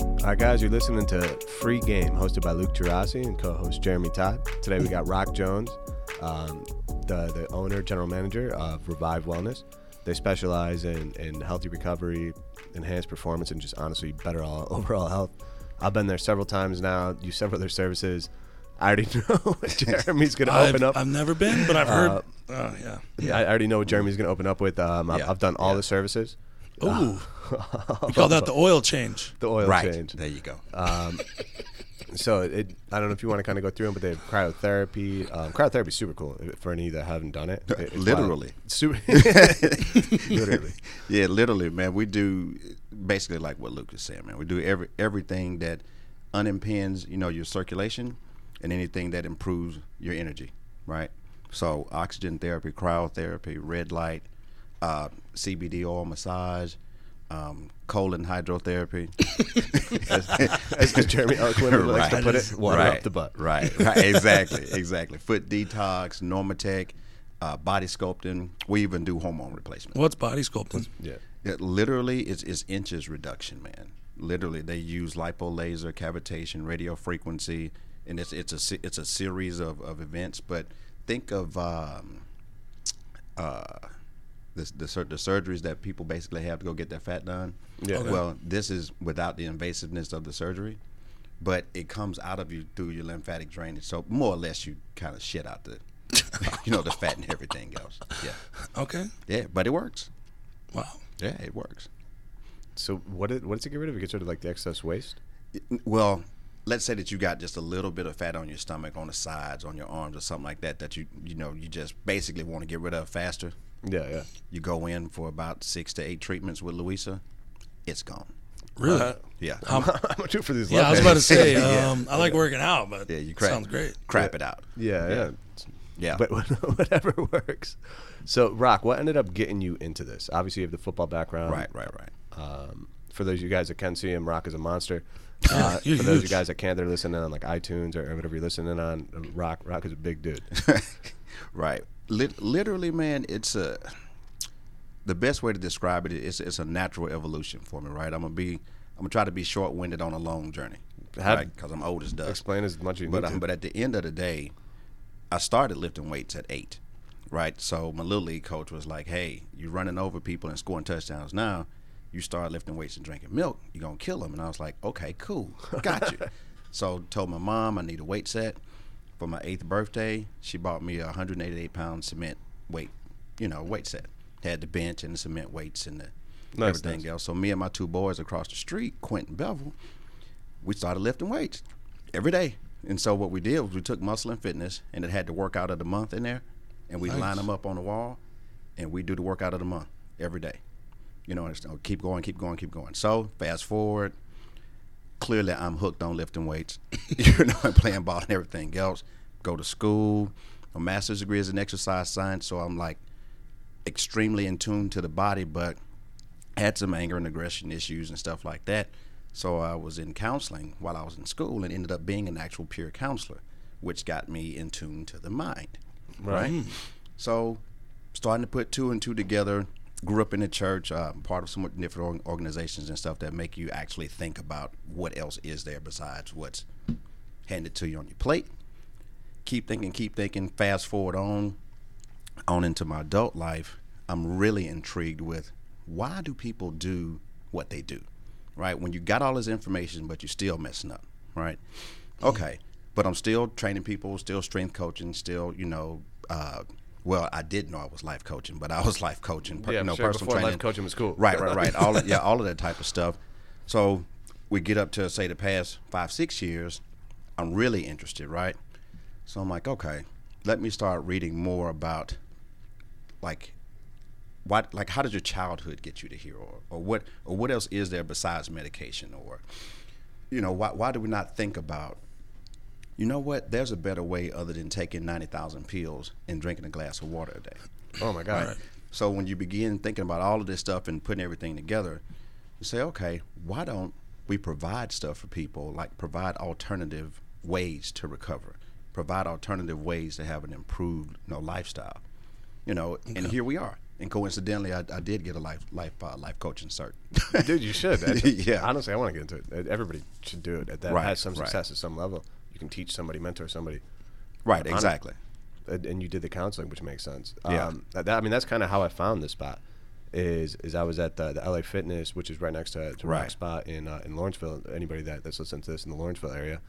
All right, guys, you're listening to Free Game, hosted by Luke Gerasi and co-host Jeremy Todd. Today we got Rock Jones, um, the the owner, general manager of Revive Wellness. They specialize in, in healthy recovery, enhanced performance, and just honestly better all, overall health. I've been there several times now. Use several of their services. I already know Jeremy's going to I've, open up. I've never been, but I've heard. Uh, oh yeah. I already know what Jeremy's going to open up with. Um, I've, Yeah, I've done all the services. Ooh. we call that the oil change. The oil right. change. There you go. So it, I don't know if you want to kind of go through them, but they have cryotherapy. Um, cryotherapy is super cool for any that haven't done it. It- it's wild. Literally. Super- literally. yeah, literally, man. We do basically like what Luke is saying, man. We do every everything that unimpinges, you know, your circulation and anything that improves your energy, right? So oxygen therapy, cryotherapy, red light, uh, CBD oil massage, um, colon hydrotherapy. As, as Jeremy Elkwinder likes to Right. put it, water right. up the butt. Right, right, exactly, exactly. Foot detox, Normatec, uh, body sculpting. We even do hormone replacement. What's body sculpting? Yeah. It literally is is inches reduction, man. Literally, they use lipo laser, cavitation, radio frequency, and it's it's a se- it's a series of, of events. But think of um, uh, the the, sur- the surgeries that people basically have to go get their fat done. Yeah. Okay. Well, this is without the invasiveness of the surgery, but it comes out of you through your lymphatic drainage. So more or less, you kind of shit out the, you know, the fat and everything else. Yeah, Okay. yeah, but it works. Wow. Yeah, it works. So what did, what does it get rid of? It gets rid of like the excess waste. well let's say that you got just a little bit of fat on your stomach on the sides on your arms or something like that that you you know you just basically want to get rid of faster Yeah, yeah. you go in for about six to eight treatments with louisa it's gone Really? yeah I'm gonna do it for these. yeah, I was love about to say. Uh, Yeah. Um, I like working out, but yeah you crap sounds great. crap it out Yeah, yeah. yeah But um, whatever works. So, Rock, what ended up getting you into this? Obviously, you have the football background. right right right Um, for those of you guys that can see him, Rock is a monster. Uh, for you're those of you huge. guys that can't, they're listening on like iTunes or whatever you're listening on. Rock, Rock is a big dude. right Lit- literally man it's a the best way to describe it is it's a natural evolution for me right i'm gonna be i'm gonna try to be short-winded on a long journey Have- because i'm old as dust Explain as much as you But need to. but at the end of the day, I started lifting weights at eight, right? So my little league coach was like, "Hey, you're running over people and scoring touchdowns now. You start lifting weights and drinking milk, you're gonna kill them." And I was like, "Okay, cool, got you." so told my mom I need a weight set for my eighth birthday. She bought me a 188 pound cement weight, you know, weight set. Had the bench and the cement weights and the Nice, everything nice. else. So me and my two boys across the street, Quentin Bevel, we started lifting weights every day. And so what we did was we took muscle and fitness and it had the workout of the month in there and we line them up on the wall and we do the workout of the month every day. You know, and it's, oh, keep going, keep going, keep going. So fast forward, clearly I'm hooked on lifting weights, you know, and playing ball and everything else. Go to school. My master's degree is in exercise science, so I'm like extremely in tune to the body, but had some anger and aggression issues and stuff like that. So I was in counseling while I was in school and ended up being an actual peer counselor, which got me in tune to the mind. Right. So starting to put two and two together, grew up in the church, uh, part of some different org- organizations and stuff that make you actually think about what else is there besides what's handed to you on your plate. Keep thinking, keep thinking, fast forward on, on into my adult life, I'm really intrigued with why do people do what they do, right? When you got all this information, but you're still messing up, right? Okay, but I'm still training people, still strength coaching, still you know, uh, well, I did know I was life coaching, but I was life coaching, per, Yeah, you know, sure, personal before life training, coaching was cool. right, right, right, all of, yeah, all of that type of stuff. So we get up to say the past five, six years, I'm really interested, right? So I'm like, okay, let me start reading more about like what like how did your childhood get you to here or, or what or what else is there besides medication or you know why why do we not think about you know what there's a better way other than taking 90,000 pills and drinking a glass of water a day. oh my god. So when you begin thinking about all of this stuff and putting everything together, you say, okay, why don't we provide stuff for people, like provide alternative ways to recover, provide alternative ways to have an improved you know, lifestyle, you know? And here we are. And coincidentally, I, I did get a life life uh, life coaching cert. Dude, you should. Yeah. Honestly, I want to get into it. Everybody should do it. That Right, has some right. success at some level. You can teach somebody, mentor somebody. right, Honest- exactly. and, and you did the counseling, which makes sense. Yeah. Um, that, I mean, that's kind of how I found this spot. Is is I was at the, the LA Fitness, which is right next to, to Rock Right. Spot in uh, in Lawrenceville. Anybody that, that's listening to this in the Lawrenceville area.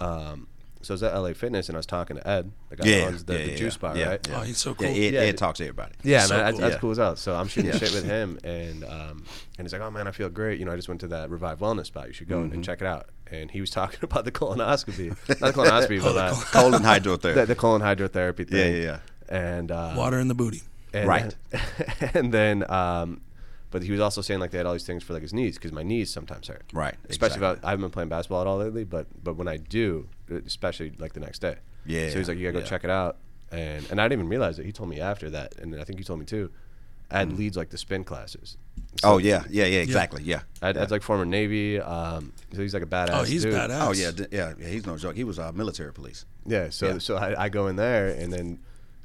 Um, so I was at LA Fitness and I was talking to Ed, the guy Yeah, who owns the, yeah, the yeah, juice bar, yeah, right? yeah. Oh, he's so cool. Yeah, it, Yeah, it dude. talks to everybody. Yeah, So man, that's, cool. that's Yeah. cool as hell. So I'm shooting Yeah. shit with him, and um, and he's like, "Oh man, I feel great. You know, I just went to that Revive Wellness spot. You should go and- Mm-hmm. and check it out." And he was talking about the colonoscopy, not the colonoscopy, but uh, Colon hydrotherapy. the, the colon hydrotherapy thing. Oh, Yeah, yeah, And uh, Water in the booty. and Right. then- and then, um, but he was also saying like they had all these things for like his knees because my knees sometimes hurt. Right, Especially if exactly. I, I haven't been playing basketball at all lately, but but when I do, especially like the next day. Yeah, So he's like, you gotta go yeah. check it out, and and I didn't even realize it. He told me after that, and I think you told me too. Ed leads like the spin classes. So Hmm. oh yeah, yeah, yeah, exactly. Yeah. Ed, Ed's like former Navy. Um, so he's like a badass. Oh, he's dude. badass. Oh yeah, d- yeah, yeah. He's no joke. He was uh, military police. Yeah. So Yeah. so I, I go in there and then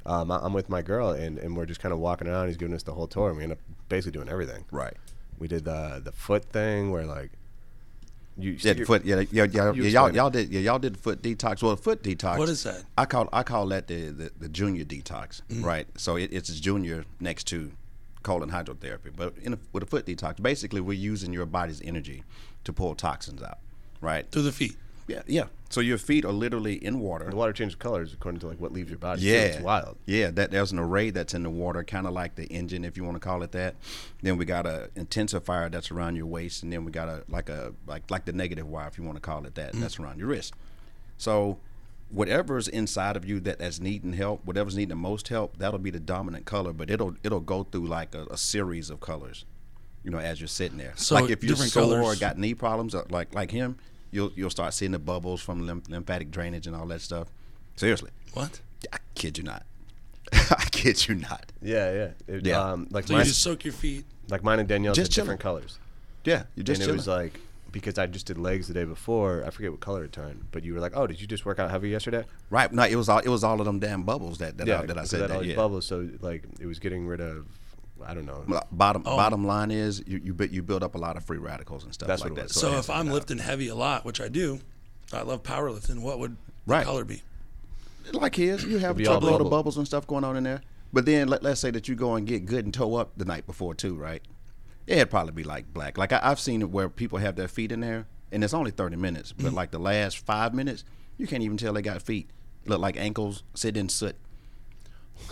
um, I- I'm with my girl and, and we're just kind of walking around. He's giving us the whole tour and we end up basically doing everything. Right. We did the the foot thing where like you Yeah, the foot. Yeah, yeah, yeah, You yeah y'all, explain it. y'all did. Yeah, y'all did foot detox. Well, foot detox. What is that? Mm-hmm. I call I call that the the, the junior detox. Right. So it, it's junior next to colon hydrotherapy. But in a, with a foot detox, basically we're using your body's energy to pull toxins out. Right. Through the feet. Yeah. Yeah. So your feet are literally in water. the water changes colors according to like what leaves your body. too. Yeah, it's wild. Yeah, that there's an array that's in the water, kind of like the engine, if you want to call it that. Then we got a intensifier that's around your waist, and then we got a like a like like the negative wire, if you want to call it that, that's around your wrist. So whatever's inside of you that that's needing help, whatever's needing the most help, that'll be the dominant color, but it'll it'll go through like a, a series of colors, you know, as you're sitting there. So like if you're different sore or colors. got knee problems, uh, like like him, you'll you'll start seeing the bubbles from lymph, lymphatic drainage and all that stuff. Seriously. What? I kid you not. I kid you not. Yeah, yeah. It- Yeah. Um, like So mine, you just soak your feet. like mine and Danielle's Just just different chilling. colors. Yeah, you just and it chilling. was uh, like because I just did legs the day before. I forget what color it turned, but you were like, "Oh, did you just work out heavy yesterday?" right. No, it was all it was all of them damn bubbles that that, I, that I because said all that. these Yeah. bubbles. So like it was getting rid of. I don't know. Well, Bottom Oh. bottom line is you you, bu- you build up a lot of free radicals and stuff That's like what it that. was. So it if has- I'm lifting heavy a lot, which I do, I love powerlifting. What would the Right. color be? like his, you It'd have be a all truckload of bubble. bubbles and stuff going on in there. But then let, let's say that you go and get good and toe up the night before too, right? Yeah, it'd probably be like black. Like I, I've seen it where people have their feet in there, and it's only thirty minutes, Mm-hmm. but like the last five minutes, you can't even tell they got feet. Look like ankles sit in soot.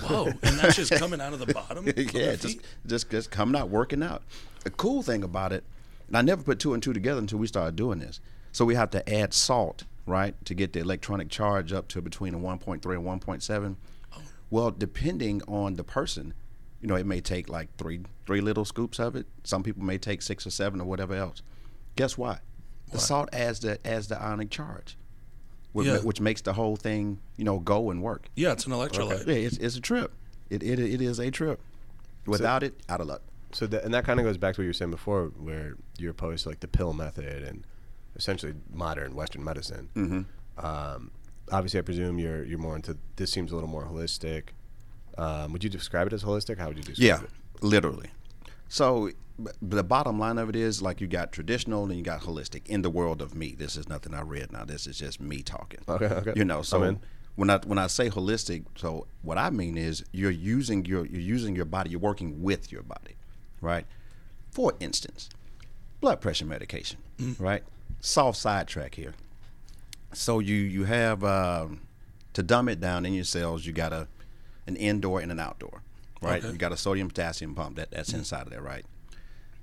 Whoa! And that's just coming out of the bottom. of yeah, the just feet? just just coming out working out. The cool thing about it, and I never put two and two together until we started doing this. So we have to add salt, right, to get the electronic charge up to between a 1.3 and 1.7. Oh. Well, depending on the person, you know, it may take like three three little scoops of it. Some people may take six or seven or whatever else. Guess what? The salt adds the adds the ionic charge, which, Yeah. which makes the whole thing, you know, go and work. yeah, it's an electrolyte. Yeah, it's, it's a trip. It, it it is a trip. Without it, out of luck. So that, and that kind of goes back to what you were saying before, where you're opposed to like the pill method and essentially modern Western medicine. Mm-hmm. Um, obviously, I presume you're you're more into this. Seems a little more holistic. Um, would you describe it as holistic? How would you describe Yeah, it? literally. So but the bottom line of it is like you got traditional and you got holistic in the world of me. This is nothing I read now. This is just me talking. Okay, okay. You know, I'm so in. when I when I say holistic, so what I mean is you're using your you're using your body, you're working with your body, right? For instance, blood pressure medication, Mm. right? Soft sidetrack here. So you you have um, to dumb it down in your cells. You got a an indoor and an outdoor, right? Okay. You got a sodium potassium pump that Mm. that's inside of there, right?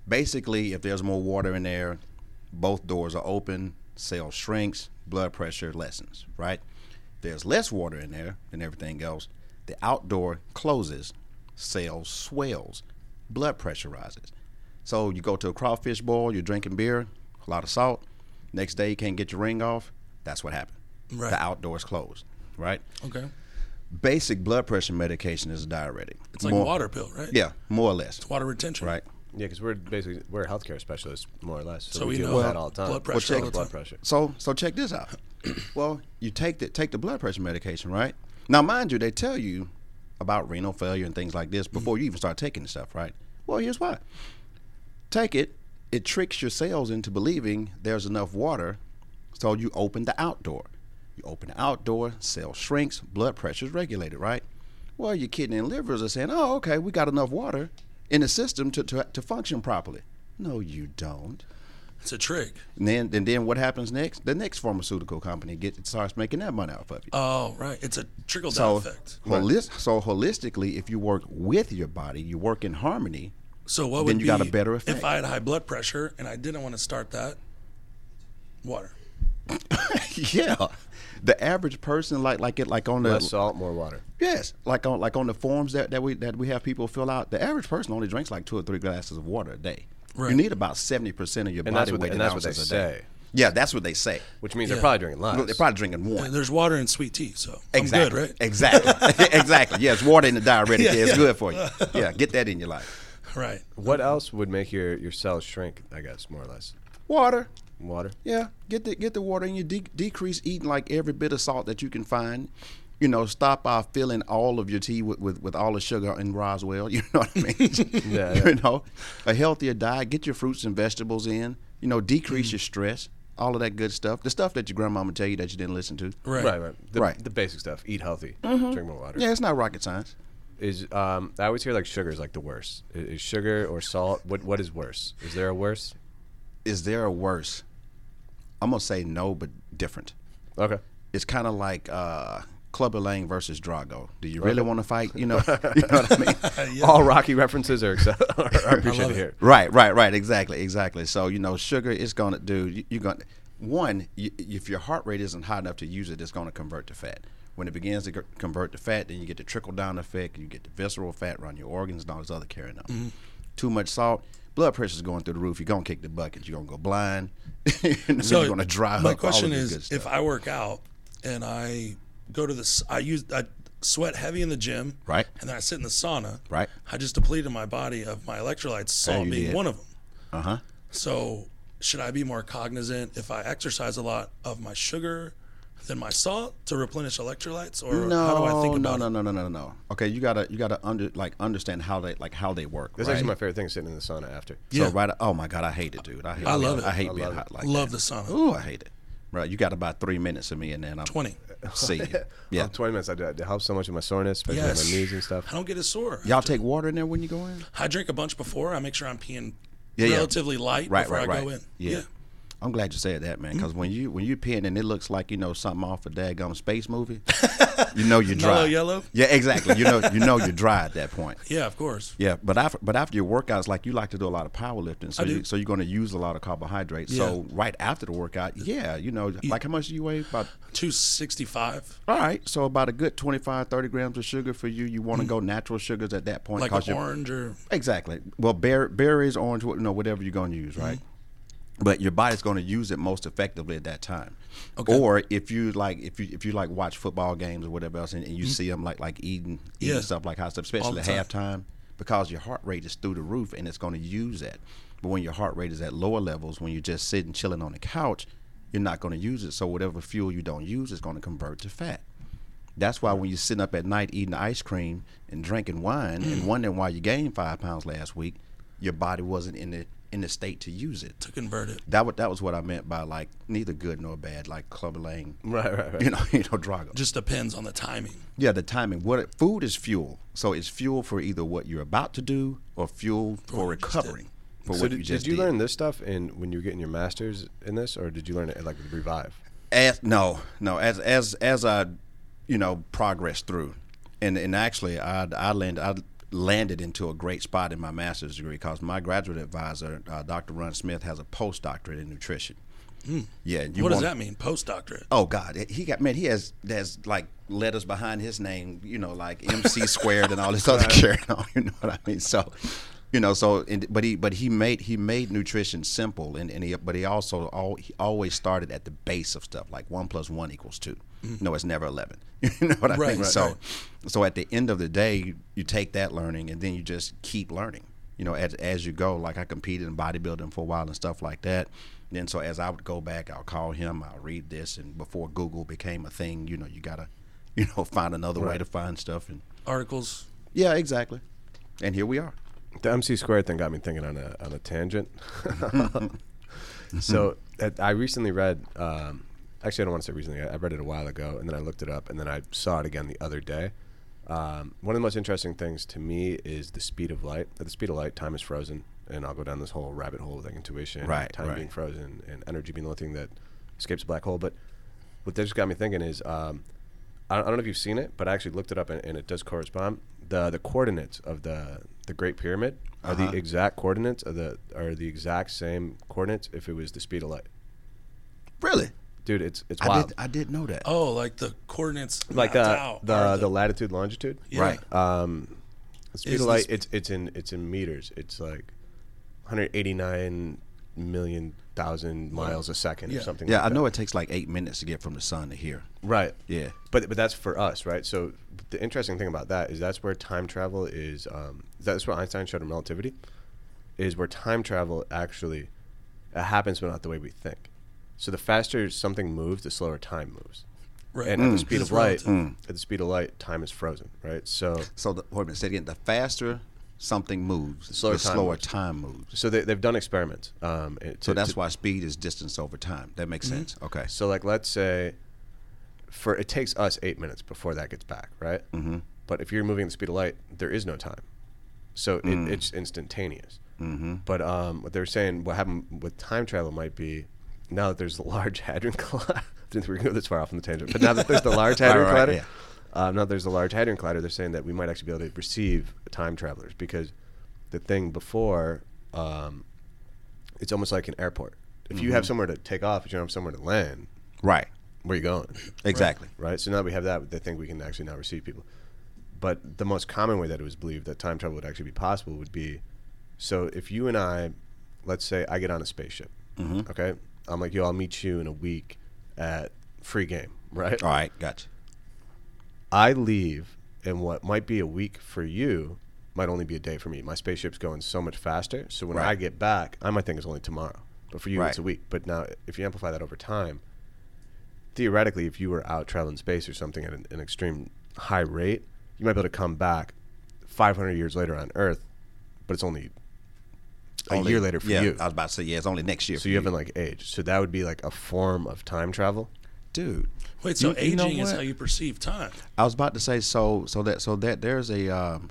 Basically, if there's more water in there, both doors are open. Cell shrinks, blood pressure lessens, right? There's less water in there than everything else. The outdoor closes, cell swells, blood pressure rises. So you go to a crawfish boil, you're drinking beer, a lot of salt. Next day you can't get your ring off. That's what happened. Right. The outdoors closed, right? Okay, Basic blood pressure medication is a diuretic. it's like More- water pill, right? Yeah, more or less, water retention. right? Yeah, because we're basically we're healthcare specialists more or less, so, So we, we deal know with that all the time. blood pressure all blood the time. pressure. So so check this out. well, you take the take the blood pressure medication, right? Now mind you, they tell you about renal failure and things like this before you even start taking the stuff, right? Well, here's why. Take it, it tricks your cells into believing there's enough water, so you open the outdoor. You open the outdoor, cell shrinks, blood pressure's regulated, right? Well, your kidney and livers are saying, oh, okay, we got enough water in the system to, to, to function properly. No, you don't. It's a trick. And then, and then what happens next? The next pharmaceutical company gets starts making that money off of you. Oh, right. It's a trickle down So, effect. holis- so holistically, if you work with your body, you work in harmony. So what then would you be got a better effect. if I had high blood pressure and I didn't want to start that? Water. yeah, the average person, like like it, like on the Less salt, more water. yes, like on like on the forms that, that we that we have people fill out, the average person only drinks like two or three glasses of water a day. Right. You need about seventy percent of your And body that's what they- weight and in that's what ounces they a day. say. Yeah, that's what they say. Which means Yeah. they're probably drinking Look, They're lots. probably drinking one. And There's water and sweet tea, so I'm Exactly. good, right? Exactly. exactly. Yes, water in the diuretic. Yeah, Yeah, it's yeah. good for you. Yeah, get that in your life. Right. What else would make your, your cells shrink? I guess more or less. Water. Water. Yeah, get the get the water and you de- decrease eating like every bit of salt that you can find. You know, stop uh, filling all of your tea with, with, with all the sugar in Roswell. You know what I mean? Yeah, You know, a healthier diet. Get your fruits and vegetables in. You know, Mm. decrease your stress. All of that good stuff. The stuff that your grandmama tell you that you didn't listen to. Right. Right, right. The, Right. Mm-hmm. the basic stuff. Eat healthy. Drink more water. Yeah, it's not rocket science. Is um, I always hear like sugar is like the worst. I- Is sugar or salt? What what is worse? Is there a worse? Is there a worse? I'm gonna say no, but different. Okay. it's kind of like uh, Clubber Lang versus Drago. Do you really want to fight? You know, you know what I mean? Yeah. All Rocky references are, accept- are are appreciated it. here. right, right, right. Exactly, exactly. So you know, sugar is gonna do. You, you're gonna one you, if your heart rate isn't high enough to use it, it's gonna convert to fat. When it begins to co- convert to fat, then you get the trickle down effect. You get the visceral fat around your organs and all this other carrying on. Mm-hmm. Too much salt, blood pressure's going through the roof. You're gonna kick the bucket. You're gonna go blind. and so you're gonna dry my up. question all of this good is, stuff. if I work out and I go to this, I use I sweat heavy in the gym, Right. and then I sit in the sauna, Right. I just depleted my body of my electrolytes, salt you being did. one of them. uh huh. So, should I be more cognizant if I exercise a lot of my sugar than my salt to replenish electrolytes, or No, how do I think no, about no, it? no, no, no, no. Okay, you gotta you gotta under like understand how they like how they work. That's right? actually my favorite thing: sitting in the sauna after. so Yeah. right. Oh my god, I hate it, dude. I, hate I love it. I hate I being love hot it. like Love the that. sauna. Ooh, I hate it. Bro, you got about three minutes of me, and then I'm Twenty. See, you. yeah. Oh, 20 minutes. I do- It helps so much with my soreness, especially Yes. with my knees and stuff. I don't get as sore. Y'all take water in there when you go in. I drink a bunch before. I make sure I'm peeing Yeah, yeah. relatively light Right, before right, I right. go in. Yeah. I'm glad you said that, man, because when you when you pin and it looks like you know something off a daggum space movie, you know you're dry. Mellow yellow? Yeah, exactly. You know you know you're dry at that point. Yeah, of course. Yeah, but after but after your workouts, like you like to do a lot of powerlifting, so I do. you, so you're going to use a lot of carbohydrates. So right after the workout, yeah, you know, like how much do you weigh? About Two sixty-five. all right, so about a good 25, 30 grams of sugar for you. You want to go natural sugars at that point, Mm. like 'cause an you're- orange or Exactly. Well, bear, berries, orange, you know, whatever you're going to use, Mm-hmm. right? But your body's going to use it most effectively at that time. Okay. Or if you like, if you if you like watch football games or whatever else, and, and you see 'em see them like like eating eating Mm-hmm. Yeah. stuff like hot stuff, especially the at halftime, because your heart rate is through the roof, and it's going to use that. But when your heart rate is at lower levels, when you're just sitting chilling on the couch, you're not going to use it. So whatever fuel you don't use is going to convert to fat. That's why when you're sitting up at night eating ice cream and drinking wine Mm. and wondering why you gained five pounds last week, your body wasn't in the in the state to use it. to convert it. That what that was what I meant by like neither good nor bad, like Clubber Lang, Right, right, right. you know, you know, Drago. Just depends on the timing. Yeah, the timing. What it- food is fuel, so it's fuel for either what you're about to do or fuel Oh, for what you just did. recovering. For So what did you you, just did you learn this stuff in when you were getting your master's in this, or did you learn it at, like with Revive? As no, no, as as as I, you know, progress through, and and actually, I I landed I landed into a great spot in my master's degree because my graduate advisor, uh, Dr. Ron Smith, has a postdoctorate in nutrition. Hmm. Yeah, you what does want- that mean? Postdoctorate. Oh God, he got man. He has has like letters behind his name, you know, like MC squared and all this other carrying on. You know what I mean? So, you know, so and, but he but he made he made nutrition simple, and, and he but he also all he always started at the base of stuff like one plus one equals 2 No, it's never eleven. You know what I Mm-hmm. Right, mean? right, so, right. so at the end of the day, you, you take that learning and then you just keep learning. You know, as as you go, like I competed in bodybuilding for a while and stuff like that. Then so as I would go back, I'll call him, I'll read this, and before Google became a thing, you know, you gotta you know, find another way Right. to find stuff. And Articles. yeah, exactly. And here we are. The MC squared thing got me thinking on a on a tangent. so uh, I recently read. Um, actually, I don't want to say recently. I I read it a while ago, and then I looked it up, and then I saw it again the other day. Um, one of the most interesting things to me is the speed of light. At the speed of light, time is frozen, and I'll go down this whole rabbit hole with like intuition, and Right, time right. being frozen, and energy being the only thing that escapes a black hole. But what that just got me thinking is. Um, I don't, I don't know if you've seen it, but I actually looked it up and, and it does correspond. The the coordinates of the the Great Pyramid are Uh-huh. the exact coordinates of the are the exact same coordinates if it was the speed of light. Really? Dude, it's it's I wild. did. I did know that. Oh, like the coordinates. like uh, uh, mapped the out the, are the latitude longitude. yeah. Right. Um the speed Is of the light sp- it's it's in it's in meters. It's like 189 million thousand miles a second Yeah. or something Yeah, like I that. know it takes like eight minutes to get from the sun to here. Right. Yeah. But but that's for us, right? So the interesting thing about that is that's where time travel is. Um, that's what Einstein showed in relativity, is where time travel actually it happens, but not the way we think. So the faster something moves, the slower time moves. Right. And at the speed Mm. of It's light, relative. Mm. at the speed of light, time is frozen, right? So So the, wait a minute. Say it again. The faster something moves, the slower slower, time moves. time moves. so they, they've done experiments. Um, it- So to- that's to- Mm-hmm. why speed is distance over time. That makes sense. Okay. So like let's say, for it takes us eight minutes before that gets back, right? Mm-hmm. But if you're moving at the speed of light, there is no time, so Mm. it, it's instantaneous. Mm-hmm. But um, what they're saying, what happened with time travel might be, now that there's the Large Hadron Collider, didn't we go this far off on the tangent? But now that there's the Large Hadron Right, right, Collider, yeah. um, now that there's the Large Hadron Collider, they're saying that we might actually be able to receive time travelers because the thing before um, it's almost like an airport. If you have Mm-hmm. somewhere to take off, but you don't have somewhere to land, Right. where you going, Exactly. right? So now that we have that, they think we can actually now receive people. But the most common way that it was believed that time travel would actually be possible would be, so if you and I, let's say I get on a spaceship, okay, I'm like, yo, I'll meet you in a week at free game, right? All right. Gotcha. I leave, and what might be a week for you might only be a day for me. My spaceship's going so much faster. So when Right. I get back, I might think it's only tomorrow. But for you, Right. it's a week. But now, if you amplify that over time, theoretically, if you were out traveling space or something at an, an extreme high rate, you might be able to come back 500 years later on Earth, but it's only a Only- year later for yeah, you. I was about to say yeah. It's only next year. so for you haven't like aged. So that would be like a form of time travel. dude. Wait, so You- you know aging is what? how you perceive time. I was about to say so. So that so that there's a. Um,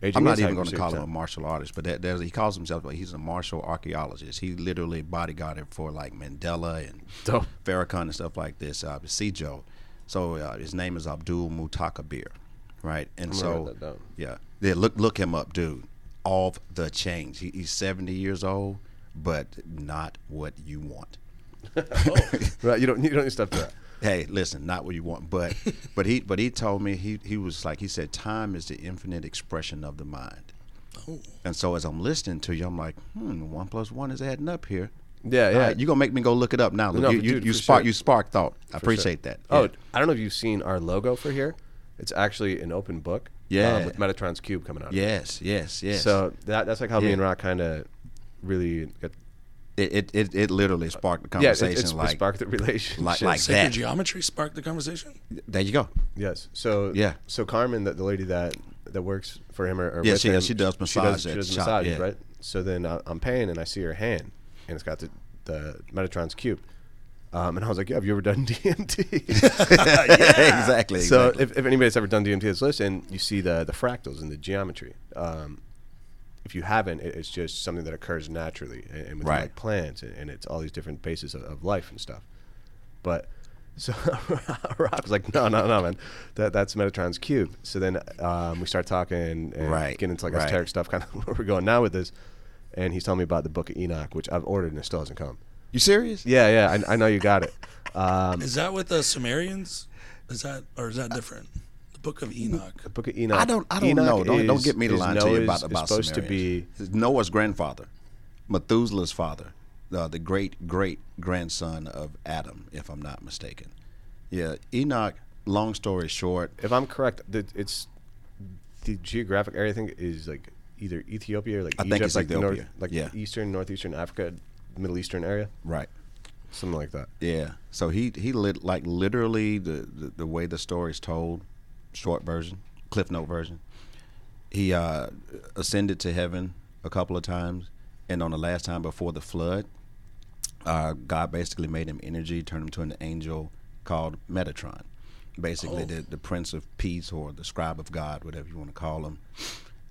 Aging I'm not is how even you going to perceive call him time. a martial artist, but that, there's, he calls himself. Like, he's a martial archaeologist. He literally bodyguarded for like Mandela and Dope. Farrakhan and stuff like this. Uh, Joe. So uh, his name is Abdul Mutakabir, right? And gonna write so that down. yeah, yeah. Look look him up, dude. Off the change. He, he's 70 years old, but not what you want. Right? You don't, you don't need stuff to that. hey, listen, not what you want, but but he but he told me he he was like he said time is the infinite expression of the mind. Oh. And so as I'm listening to you, I'm like, hmm, one plus one is adding up here. Yeah, yeah. you gonna make me go look it up now. Look, No, you you, dude, you for spark sure. you spark thought. I appreciate that. Oh, Yeah. I don't know if you've seen our logo for here. It's actually an open book. um, Yeah. with Metatron's cube coming out. yes, yes, yes. So that, that's like how me Yeah. and Rock kind of really got, it it, it, it literally sparked the yeah, it, conversation it's like sparked the relationship. like like Sacred that. geometry sparked the conversation. There you go. yes. So Yeah. So Carmen, the, the lady that that works for him or, or Yeah, with she- him, she does She massage does, she at does the shop, massages, yeah. right? So then I, I'm paying and I see her hand and it's got the the Metatron's cube. Um, and I was like, "Yeah, have you ever done DMT?" exactly. So exactly. if, if anybody's ever done DMT that's listening, you see the the fractals and the geometry. Um, if you haven't, it, it's just something that occurs naturally and, and with Right. like plants and, and it's all these different bases of, of life and stuff. But so Rob was like, no, no, no, man, that that's Metatron's cube. So then um, we start talking and Right, getting into like right. esoteric stuff, kind of where we're going now with this. And he's telling me about the Book of Enoch, which I've ordered and it still hasn't come. you serious? Yeah, yeah, I, I know you got it. Um, Is that with the Sumerians? Is that or is that different? The Book of Enoch. Book of Enoch. I don't. I don't Enoch know. Don't, don't is- get me to is lie to Noah's- you about about is supposed Sumerians. to It's Noah's grandfather, Methuselah's father, uh, the great great grandson of Adam, if I'm not mistaken. Yeah, Enoch. Long story short, be. If I'm correct, the, it's the geographic area. I think is like either Ethiopia or like I Egypt, think it's like the north, Ethiopia. like Yeah. eastern, northeastern Africa, Middle Eastern area. right? something like that. Yeah. So he he lit like literally the, the the way the story is told, short version, cliff note version. He uh ascended to heaven a couple of times, and on the last time before the flood, uh, God basically made him energy, turned him to an angel called Metatron, basically Oh. the the Prince of Peace or the Scribe of God, whatever you want to call him.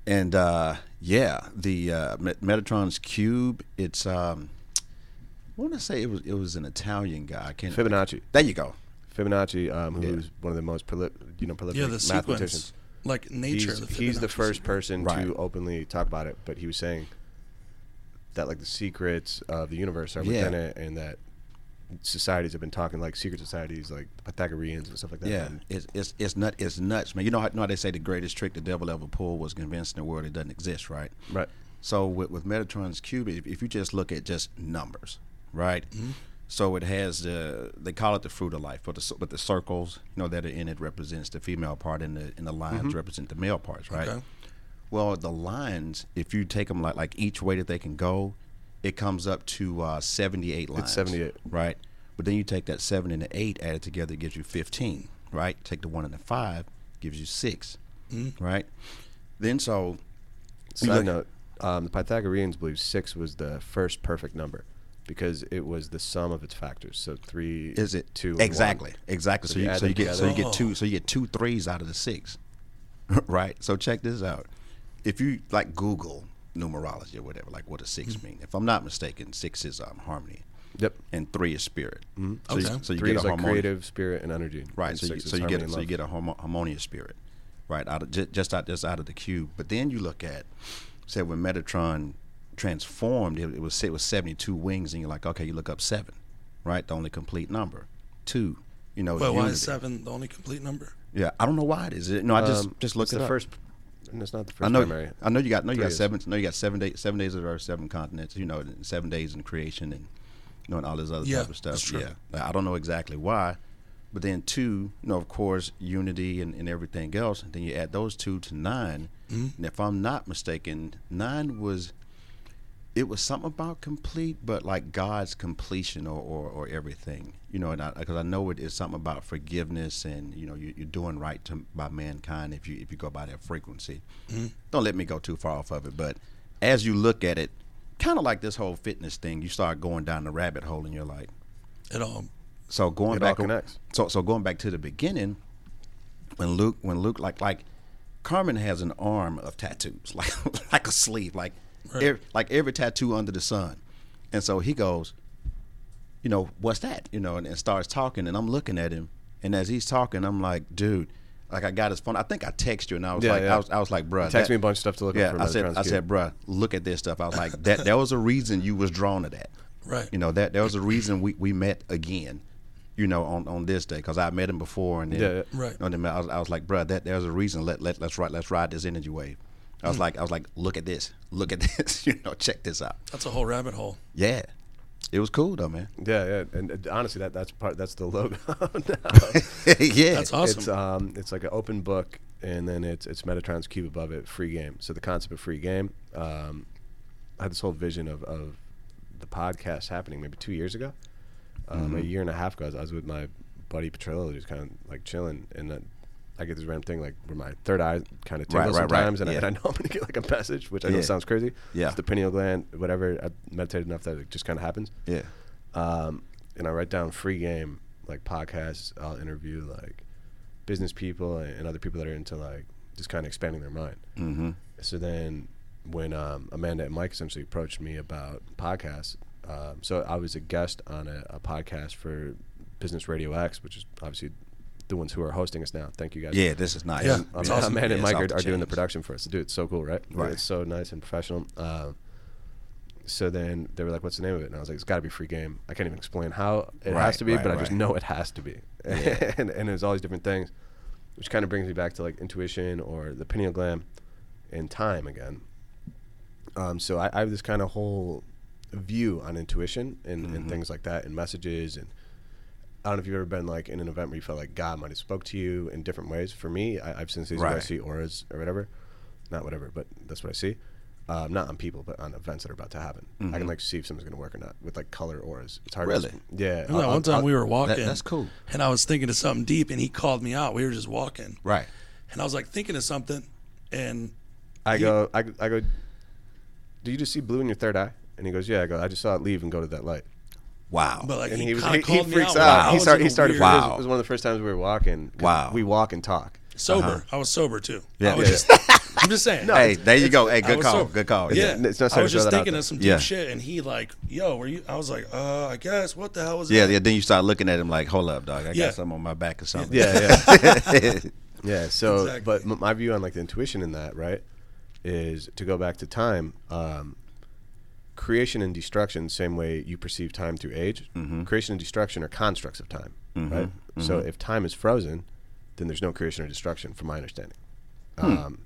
And uh, yeah, the uh, Met- Metatron's cube. It's um, I want to say it was it was an Italian guy. I can't. Fibonacci. There you go. Fibonacci, um, who's one of the most proli- you know prolific Yeah, the mathematicians. sequence, like nature. He's, of he's the Fibonacci first sequence. person to Right. openly talk about it, but he was saying that like the secrets of the universe are within Yeah. it, and that societies have been talking like secret societies, like the Pythagoreans and stuff like that. Yeah, and it's it's it's nut it's nuts, man. You know how, you know how they say the greatest trick the devil ever pulled was convincing the world it doesn't exist, right? right. So with, with Metatron's cube, if, if you just look at just numbers, right? So it has the they call it the fruit of life, but the but the circles you know that are in it represents the female part, and the and the lines represent the male parts, right? Okay. Well, the lines, if you take them like like each way that they can go, it comes up to uh, seventy eight lines. 78. right? But then you take that seven and the eight, add it together, it gives you fifteen, right? Take the one and the five, gives you 6 right? Then so You Side look- note: um, The Pythagoreans believed six was the first perfect number because it was the sum of its factors. So three is it two and one. exactly exactly so, you you, add so them you get so you together. get two so you get two threes out of the six right so check this out if you like google numerology or whatever like what does 6 Mm-hmm. mean if i'm not mistaken six is um, harmony Yep. and three is spirit so, you, Okay. so you Mm-hmm. Three get is a like harmonious creative spirit and energy. right and so you, six is so you get harmony a, and so you love. get a homo- harmonious spirit right out of just, just out just out of the cube but then you look at say when metatron transformed it, it was it was 72 wings and you're like okay you look up seven right the only complete number two you know But why unity. is seven the only complete number? Yeah, I don't know why it is. It- No, I just Um, just looked it's it the up. first. And it's not the first I know. primary. I know you got. No, you Three got is. seven. No, you got seven days. Seven days of Earth, seven continents. You know, and seven days in creation, and you know, and all this other Yeah, type of stuff. that's true. Yeah, Like, I don't know exactly why, but then two. You know, of course, unity and, and everything else. And then you add those two to 9 Mm-hmm. And if I'm not mistaken, nine was. It was something about complete, but like God's completion or, or, or everything, you know. And because I, know it is something about forgiveness, and you know, you, you're doing right to by mankind if you if you go by that frequency don't let me go too far off of it, but as you look at it, kind of like this whole fitness thing, you start going down the rabbit hole and you're like, It all. so going It all back connects. so so going back to the beginning, when Luke when Luke like like Carmen has an arm of tattoos like like a sleeve like Right. ev- like every tattoo under the sun, and so he goes, you know what's that you know and, and starts talking and I'm looking at him and as he's talking I'm like dude like I got his phone I think I text you and I was Yeah, like yeah. I was I was like bruh Text that- me a bunch of stuff to look up yeah, for I said, Metatron's I cube. said, bruh, look at this stuff. I was like, that there was a reason you was drawn to that. Right. You know, that there was a reason we, we met again, you know, on, on this day, because I met him before and then, Yeah, yeah. Right. and then I was, I was like, bruh, that there's a reason. Let, let, let's ride, let's ride this energy wave. I was Mm. like, I was like, look at this, look at this, you know, check this out. That's a whole rabbit hole. Yeah. It was cool though, man. Yeah, yeah, and uh, honestly, that that's part. That's the logo. now. yeah. That's awesome. It's um, it's like an open book, and then it's it's Metatron's cube above it, free game. So the concept of free game. Um, I had this whole vision of of the podcast happening maybe two years ago, um, Mm-hmm. a year and a half ago. I was, I was with my buddy Petrillo, just kind of like chilling, and uh, I get this random thing like where my third eye kind of tingles Right, right, right. sometimes, and, I, Yeah. and I know I'm gonna get like a message, which I know Yeah. sounds crazy. Yeah. it's the pineal gland, whatever. I meditated enough that it just kind of happens Yeah. um, and I write down free game like podcasts. I'll interview like business people and, and other people that are into like just kind of expanding their mind. Mm-hmm. So then when um, Amanda and Mike essentially approached me about podcasts, um, so I was a guest on a, a podcast for Business Radio X, which is obviously the ones who are hosting us now. Thank you guys. Yeah, this is nice. Yeah. Um, It's yeah, awesome. Amanda Yeah, and it's Mike off are, the are doing the chains. production for us. Dude, it's so cool, right? Right. It's so nice and professional. Um, so then they were like, "What's the name of it?" And I was like, "It's got to be free game." I can't even explain how it Right, has to be, right, but I just right. know it has to be. and and there's all these different things, which kind of brings me back to like intuition or the pineal gland and time again. Um, so I, I have this kind of whole view on intuition and, Mm-hmm. and things like that, and messages and I don't know if you've ever been like in an event where you felt like God might have spoke to you in different ways. For me, I, I've seen these where I Right. see auras or whatever, not whatever, but that's what I see. uh, not on people, but on events that are about to happen. I can like see if someone's gonna work or not with like color auras. It's hard. Mm-hmm. Really? To, yeah. Remember that one time uh, we were walking. that's cool. And I was thinking of something deep, and he called me out. We were just walking, Right. and I was like thinking of something, and I go, I, I go, do you just see blue in your third eye? And he goes, yeah. I go, I just saw it leave and go to that light. Wow. but like And he, he, was, kinda he, he called me freaks out. out. I He, was start, in he a started, weird- Wow. it was one of the first times we were walking. 'cause Wow. We walk and talk. sober. I was sober too. Uh-huh. Yeah. I was Yeah. just, I'm just saying. hey, there you go. Hey, I good was call. sober. Good call. Yeah, It's not I necessary was to throw just that out thinking there. of some deep Yeah. shit, and he like, "Yo, were you?" I was like, "Uh, I guess." What the hell was Yeah, that? yeah. Then you start looking at him like, hold up, dog. I Yeah. got something on my back or something. Yeah, yeah. Yeah. So, Exactly. but m- my view on like the intuition in that, right, is to go back to time. Um, creation and destruction, same way you perceive time through age. Creation and destruction are constructs of time, right? So if time is frozen, then there's no creation or destruction, from my understanding. Um,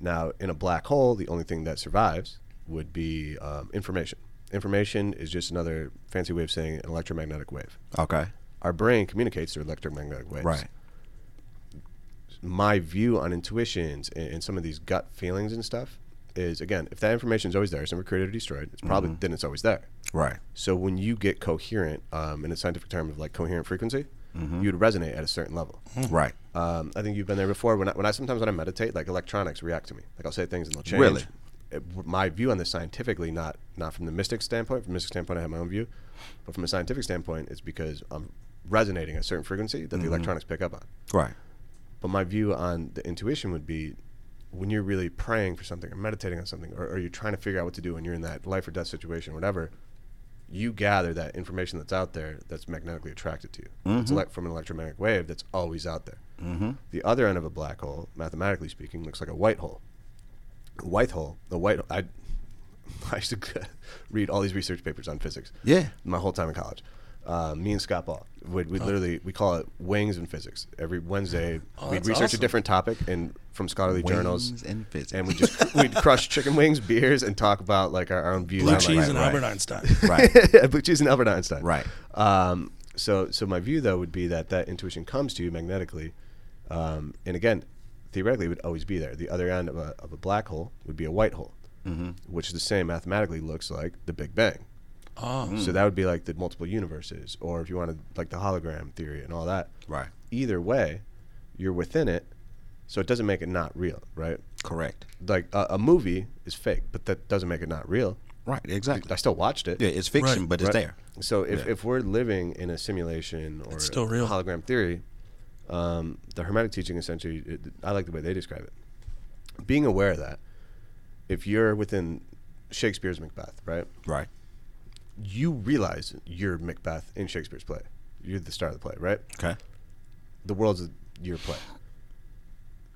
now, in a black hole, the only thing that survives would be um, information. Information is just another fancy way of saying an electromagnetic wave. Okay. Our brain communicates through electromagnetic waves Right. my view on intuitions and, and some of these gut feelings and stuff is again, if that information is always there, it's never created or destroyed. It's probably then it's always there. Right. So when you get coherent, um, in a scientific term of like coherent frequency, you'd resonate at a certain level. Right. Um, I think you've been there before. When I, when I sometimes when I meditate, like electronics react to me. Like I'll say things and they'll change. Really? It- my view on this scientifically, not not from the mystic standpoint. From the mystic standpoint, I have my own view, but from a scientific standpoint, it's because I'm resonating at a certain frequency that the electronics pick up on. Right. But my view on the intuition would be when you're really praying for something or meditating on something or, or you're trying to figure out what to do and you're in that life or death situation or whatever, you gather that information that's out there that's magnetically attracted to you. It's Mm-hmm. elec from an electromagnetic wave that's always out there. Mm-hmm. The other end of a black hole, mathematically speaking, looks like a white hole. A white hole, the white I I used to read all these research papers on physics. Yeah. my whole time in college. Uh, me and Scott Ball, we we literally we call it wings in physics. Every Wednesday, Oh, we'd that's research awesome. a different topic and from scholarly journals, and physics. and we just we'd crush chicken wings, beers, and talk about like our, our own views. Blue on, like, cheese and right. Albert Einstein. right. yeah, blue cheese and Albert Einstein. Right. Um, so, so my view though would be that that intuition comes to you magnetically, um, and again, theoretically, it would always be there. The other end of a, of a black hole would be a white hole, Mm-hmm. which the same mathematically looks like the Big Bang. Oh, So that would be like the multiple universes, or if you wanted like the hologram theory and all that. Right. Either way, you're within it, so it doesn't make it not real, right? Correct. Like a, a movie is fake, but that doesn't make it not real. Right. Exactly. I still watched it. Yeah, it's fiction, Right. but it's Right. there. So if, if we're living in a simulation or It's still real. hologram theory, um, the Hermetic teaching essentially, it, I like the way they describe it. Being aware of that, if you're within Shakespeare's Macbeth, right, Right. you realize you're Macbeth in Shakespeare's play. You're the star of the play, right? Okay. The world's your play.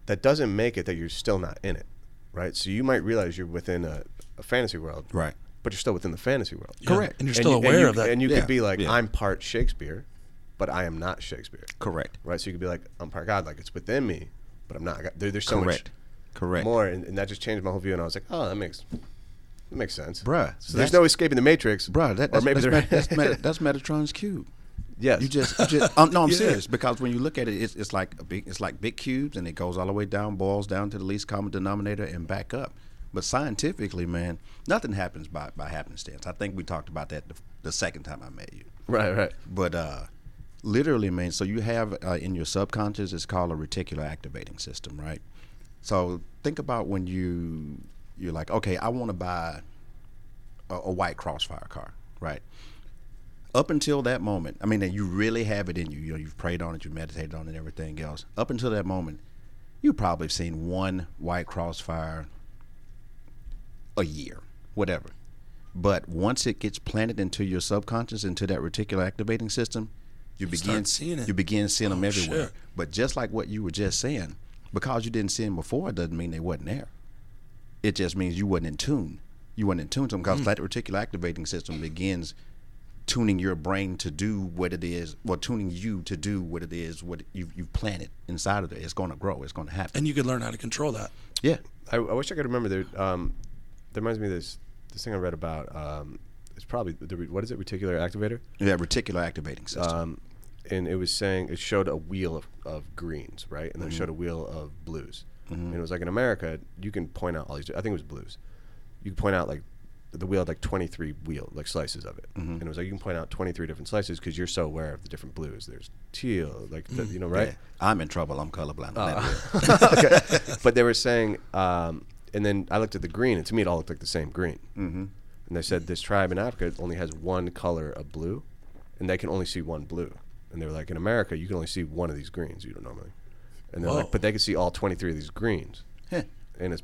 That doesn't make it that you're still not in it, right? So you might realize you're within a, a fantasy world, Right. But you're still within the fantasy world, Yeah. Correct. And and you're still you- and aware you- of that. And you Yeah, could be like, yeah. I'm part Shakespeare, but I am not Shakespeare. Correct. Right? So you could be like, I'm part God. Like, it's within me, but I'm not. God. There, there's so Correct. much Correct. more. And, and that just changed my whole view. And I was like, oh, that makes that makes sense. Bruh, So there's that's- no escaping the Matrix. Bro, that, or that's, maybe that's, there- Met- that's, Met- that's Metatron's cube. yes. You just, you just um, no, I'm Yeah. serious because when you look at it, it's, it's like a big, it's like big cubes, and it goes all the way down, boils down to the least common denominator, and back up. But scientifically, man, nothing happens by by happenstance. I think we talked about that the, the second time I met you. Right, right. But uh, literally, man, so you have uh, in your subconscious, it's called a reticular activating system, right? So think about when you you're like, okay, I want to buy a, a white crossfire car, right? Up until that moment, I mean, and you really have it in you. You know, you've prayed on it, you meditated on it, and everything else. Up until that moment, you probably have seen one white crossfire a year, whatever. But once it gets planted into your subconscious, into that reticular activating system, you, begin start seeing it. Oh, You begin seeing them everywhere. shit. But just like what you were just saying, because you didn't see them before, it doesn't mean they wasn't there. It just means you wasn't in tune. You wasn't in tune to them Mm. because that reticular activating system begins tuning your brain to do what it is, well, tuning you to do what it is, what you you planted inside of there. It's going to grow. It's going to happen. and you could learn how to control that. yeah. I, I wish I could remember. There, um, that reminds me of this this thing I read about. Um, it's probably the re- what is it? Reticular activator. Yeah, reticular activating system. um, and it was saying it showed a wheel of, of greens, right? And then it showed a wheel of blues. And it was like in America, you can point out all these. I think it was blues. you could point out like the wheel had like 23 wheel like slices of it and it was like you can point out 23 different slices because you're so aware of the different blues there's teal like the, you know right Yeah. I'm in trouble. I'm colorblind. Uh, on that wheel. okay. But they were saying, um, and then I looked at the green, and to me it all looked like the same green. Mm-hmm. And they said this tribe in Africa only has one color of blue, and they can only see one blue. And they were like, in America, you can only see one of these greens. You don't normally. And they're Whoa. like, but they could see all 23 of these greens, Heh. and it's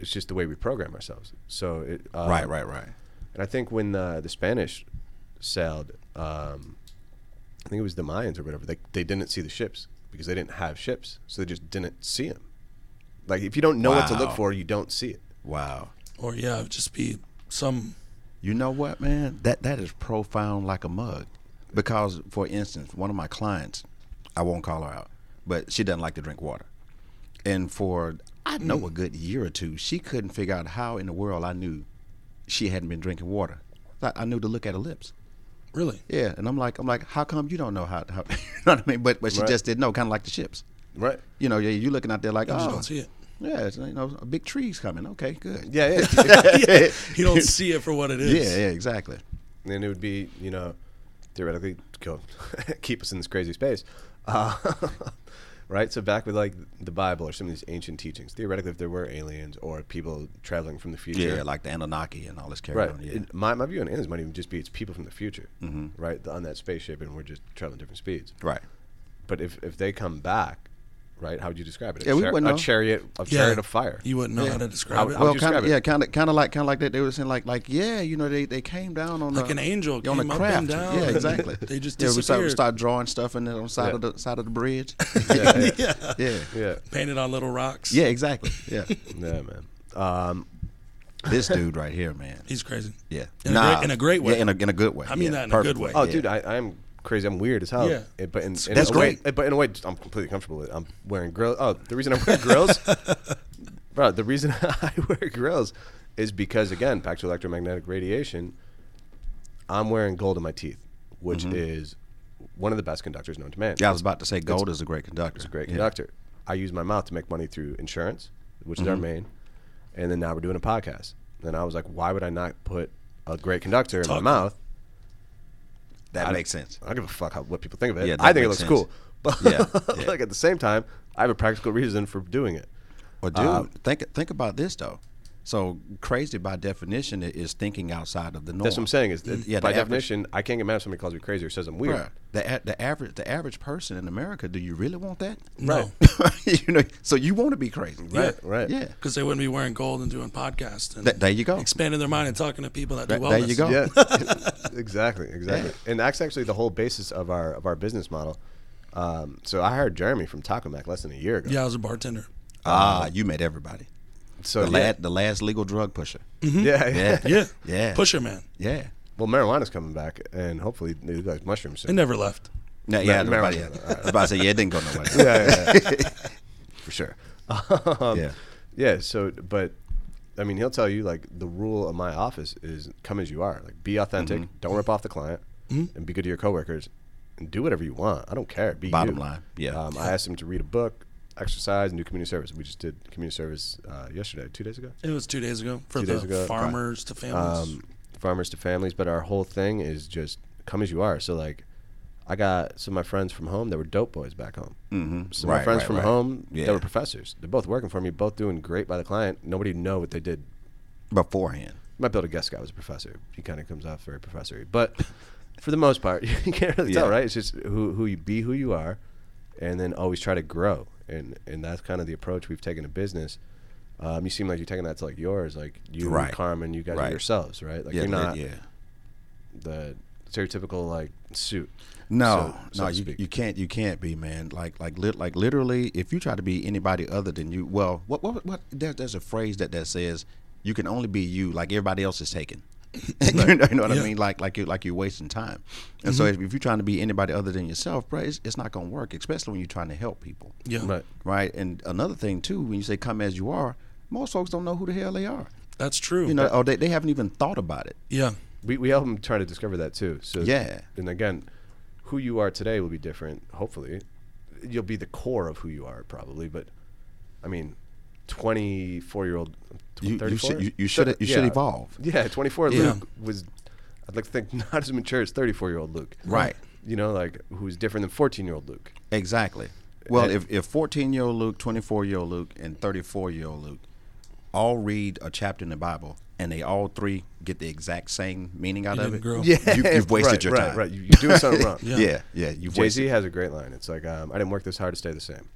it's just the way we program ourselves. So it uh, right, right, right. And I think when uh, the the Spanish sailed, um, I think it was the Mayans or whatever, they they didn't see the ships because they didn't have ships, so they just didn't see them. Like if you don't know what to look Wow. for, you don't see it. Wow. Or yeah, it'd just be some You know what, man? That that is profound like a mug. Because for instance, one of my clients, I won't call her out, but she doesn't like to drink water. And for I know a good year or two, she couldn't figure out how in the world I knew she hadn't been drinking water. I, I knew to look at her lips. really. Yeah, and I'm like, I'm like, how come you don't know how? how you know what I mean? But but she Right. just didn't know, kind of like the ships. Right. You know, yeah, you looking out there like, You just oh, don't see it. yeah, it's, you know, a big tree's coming. Okay, good. Yeah, yeah. If- You don't see it for what it yeah, is. yeah, exactly. then it would be, you know, theoretically go keep us in this crazy space. Uh, right? So back with like the Bible or some of these ancient teachings, theoretically if there were aliens or people traveling from the future. Yeah, like the Anunnaki and all this carry Right. on. Yeah. Mm-hmm. It- my, my view on aliens might even just be it's people from the future, right? On that spaceship, and we're just traveling different speeds. right. But if, if they come back, right? How would you describe it? A, Yeah, we wouldn't a know. chariot, a Yeah. chariot of fire. You wouldn't know Yeah. how to describe I- it. I- Well, you kind of, describe it? yeah, kind of, kind of like, kind of like that. They were saying like, like, yeah, you know, they, they came down on Like a- an angel uh, on came a up craft. and down, Yeah, and exactly. they just yeah, we started, we disappeared. started drawing stuff in it on the side of the side of the bridge. yeah, yeah, yeah. yeah, yeah. Painted on little rocks. yeah, exactly. Yeah, Yeah, man. Um, this dude right here, man. He's crazy. Yeah, In a great- in a great way. Yeah, in a, in a good way. I mean yeah, that in a good perfect way. oh, yeah. dude, I, I'm crazy. I'm weird as hell. Yeah. It- but in, in That's a way- great. it- but in a way, I'm completely comfortable with it. I'm wearing grills. Oh, the reason I wear grills, bro, the reason I wear grills is because, again, back to electromagnetic radiation, I'm wearing gold in my teeth, which is one of the best conductors known to man. Mm-hmm. Yeah, I was about to say gold is a great conductor. It's a great Yeah. conductor. I use my mouth to make money through insurance, which Mm-hmm. is our main. And then now we're doing a podcast. And I was like, why would I not put a great conductor in Talk. my mouth? That I- makes sense. I don't give a fuck how, what people think of it. Yeah, I that think it looks makes cool. But Yeah, yeah. like at the same time, I have a practical reason for doing it. Uh, Well, dude, think think about this though. So crazy by definition i- is thinking outside of the norm. That's what I'm saying. Is that Yeah, by the average- definition, I can't get mad if somebody calls me crazy or says I'm weird. Bruh, the a- the average the average person in America. Do you really want that? No. you know, so you want to be crazy, Right, right. Yeah. Because they wouldn't be wearing gold and doing podcasts and Th- there you go. uh, expanding their mind and talking to people that do Th- wellness. there you go. Yeah, exactly, exactly. And that's actually the whole basis of our of our business model. Um, so I hired Jeremy from Taco Mac less than a year ago. Yeah, I was a bartender. Ah, you met everybody. So The yeah, last the last legal drug pusher. yeah, Yeah. Yeah. Yeah. Pusher man. Yeah. Well, marijuana's coming back, and hopefully, they look like mushrooms. It Soon. never left. No, yeah, Ma- everybody. marijuana. I was about to say, yeah, it didn't go nowhere. yeah, yeah, yeah. for sure. Um, Yeah. yeah. So, but I mean, he'll tell you like the rule of my office is come as you are. Like, be authentic. Mm-hmm. Don't rip off the client, and be good to your coworkers, and do whatever you want. I don't care. Be Bottom you. line, yeah. Um, I asked him to read a book, exercise, and do community service. We just did community service uh, yesterday, two days ago. It was two days ago for Two the days ago. farmers to families. um, farmers to families, but our whole thing is just come as you are. So like, I got some of my friends from home that were dope boys back home. Mm-hmm. Some of my Right, friends right, from right. home Yeah. that were professors. They're both working for me, both doing great by the client. Nobody know what they did. Beforehand. Might be able to guess guy was a professor. He kind of comes off very professory, but for the most part, you can't really tell, Yeah. right? It's just who who you be, who you are, and then always try to grow. And and that's kind of the approach we've taken to business. Um, you seem like you're taking that to like yours, like you, Right. Carmen, you guys Right. are yourselves, right? Like yeah, you're that- not yeah. the stereotypical like suit. No, so no, to you, speak. you can't you can't be man. Like like lit, like literally, if you try to be anybody other than you, well, what what what? There, there's a phrase that that says you can only be you. Like everybody else is taken. you, know, you know what I Yeah. mean? Like like you like you're wasting time. And so Mm-hmm. if, if you're trying to be anybody other than yourself, bro, it's, it's not gonna work. Especially when you're trying to help people, yeah. Right. right? And another thing too, when you say come as you are, most folks don't know who the hell they are. That's true. You know, or they, they haven't even thought about it. yeah. We we help them try to discover that too. So Yeah. and again, who you are today will be different. Hopefully, you'll be the core of who you are probably. But I mean, 24 year old. You, you 34? should you, you should you should Yeah. evolve. Yeah, 24 Yeah. Luke was, I'd like to think, not as mature as 34 year old Luke. Right. You know, like, who's different than 14 year old Luke. Exactly. Well, And- if if fourteen year old Luke, twenty four year old Luke, and thirty four year old Luke all read a chapter in the Bible and they all three get the exact same meaning out You of didn't it, grow. you, have wasted right, your right, time. Right, You- You're doing something wrong. Yeah. Yeah, yeah, you've Jay wasted. Z has a great line. It's like, um, I didn't work this hard to stay the same.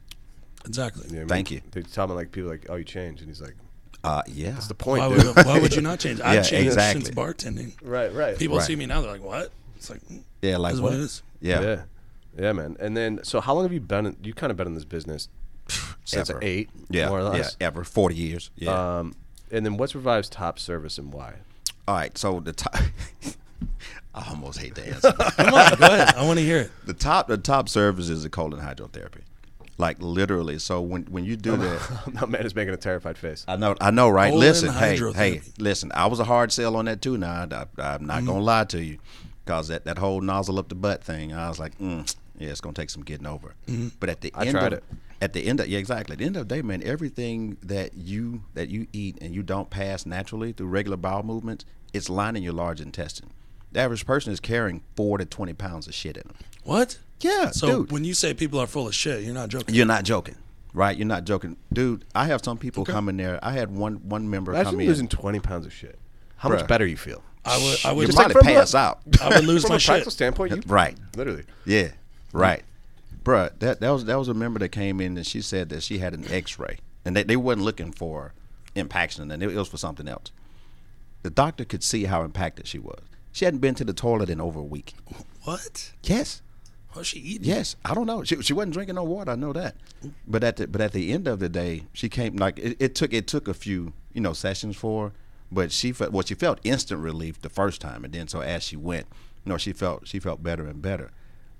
Exactly. You know what I mean? Thank you. They tell him, like, people like, oh, you changed. And he's like, Uh, yeah, that's the point. Why dude. would, why would you not change? I've Yeah, changed exactly. since bartending. right, right. People Right. see me now, they're like, "What?" It's like, mm, yeah, like that's what? what it is. Yeah, yeah. Yeah, man. And then, so how long have you been in, you kind of been in this business since Ever. eight, yeah, more or yeah, less. ever forty years. Yeah. Um, and then what's Revive's top service and why? all right, so the top. I almost hate to answer. that. Come on, go ahead. I want to hear it. the top, the top service is the colon hydrotherapy, like literally. So when when you do that, that man is making a terrified face. I know, I know, right? Colon listen, hey, hydrotherapy. hey, listen. I was a hard sell on that too. Now I, am not gonna lie to you, cause that, that whole nozzle up the butt thing. I was like, mm, yeah, it's gonna take some getting over. But at the I end, tried of, it. at the end of yeah, exactly. At the end of the day, man, everything that you that you eat and you don't pass naturally through regular bowel movements, it's lining your large intestine. The average person is carrying four to twenty pounds of shit in them. What? Yeah, So dude. when you say people are full of shit, you're not joking. You're not joking, right? You're not joking, dude. I have some people come in there. I had one one member Imagine come in. losing 20 pounds of shit. How much Bruh. better you feel? I would, I you would, Just like probably from a- pass out. I would lose From my a practical shit. standpoint, you right. Literally. Yeah. Right. Bruh, that, that was that was a member that came in and she said that she had an x ray. And they, they wasn't looking for impaction and it, it was for something else. The doctor could see how impacted she was. She hadn't been to the toilet in over a week. What? Yes. What's she eating? Yes, I don't know. She, she wasn't drinking no water. I know that. But at the but at the end of the day, she came like it, it took it took a few you know sessions for, her, but she felt well she felt instant relief the first time, and then so as she went, you know she felt she felt better and better.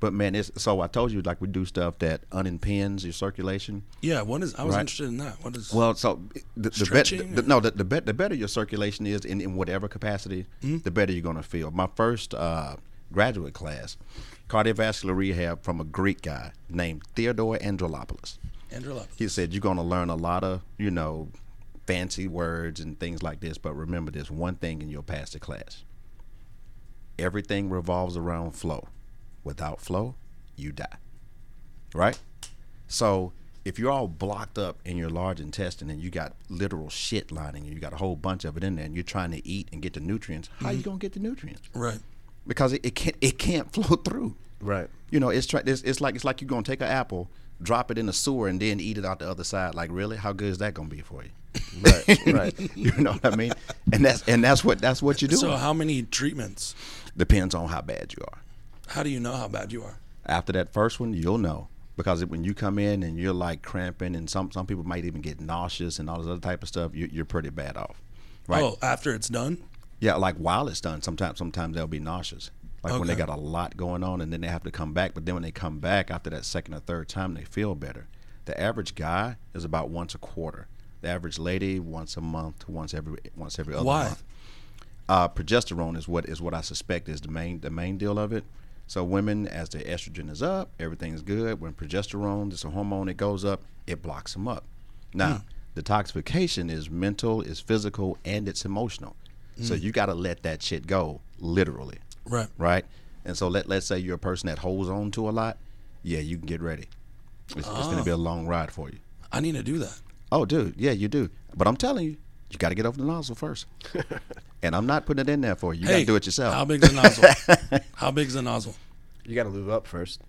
But man, it's so I told you like we do stuff that unimpends your circulation. Yeah. What is? I was Right. interested in that. What is? Well, so the, the better, Stretching the, no, the, the, bet the better your circulation is in, in whatever capacity, the better you're going to feel. My first uh, graduate class, cardiovascular rehab from a Greek guy named Theodore Androlopoulos. Andrew Lopez. He said, You're going to learn a lot of, you know, fancy words and things like this, but remember this one thing and you'll pass the class. Everything revolves around flow. Without flow, you die. Right? So if you're all blocked up in your large intestine and you got literal shit lining and you got a whole bunch of it in there and you're trying to eat and get the nutrients, how you gonna get the nutrients? Right. Because it, it can't it can't flow through. Right. You know, it's, try, it's it's like it's like you're gonna take an apple, drop it in a sewer, and then eat it out the other side. Like, really? How good is that gonna be for you? Right. right. you know what I mean? And that's and that's what that's what you do. So uh, how many treatments? Depends on how bad you are. How do you know how bad you are? After that first one, you'll know because when you come in and you're like cramping, and some some people might even get nauseous and all this other type of stuff, you, you're pretty bad off, right? Oh, after it's done. Yeah, like while it's done, sometimes sometimes they'll be nauseous. Like when they Okay. got a lot going on and then they have to come back, but then when they come back after that second or third time, they feel better. The average guy is about once a quarter. The average lady once a month, to once every once every other Why? month. Uh, progesterone is what is what I suspect is the main the main deal of it. So women, as their estrogen is up, everything's good. When progesterone, it's a hormone, it goes up, it blocks them up. Now, detoxification is mental, is physical, and it's emotional. So you got to let that shit go, literally, Right. right? And so let let's say you're a person that holds on to a lot, yeah, you can get ready. It's, it's gonna be a long ride for you. I need to do that. Oh, dude, yeah, you do. But I'm telling you, you got to get over the nozzle first. and I'm not putting it in there for you. You got to do it yourself. How big's the nozzle? how big's the nozzle? You got to lube up first.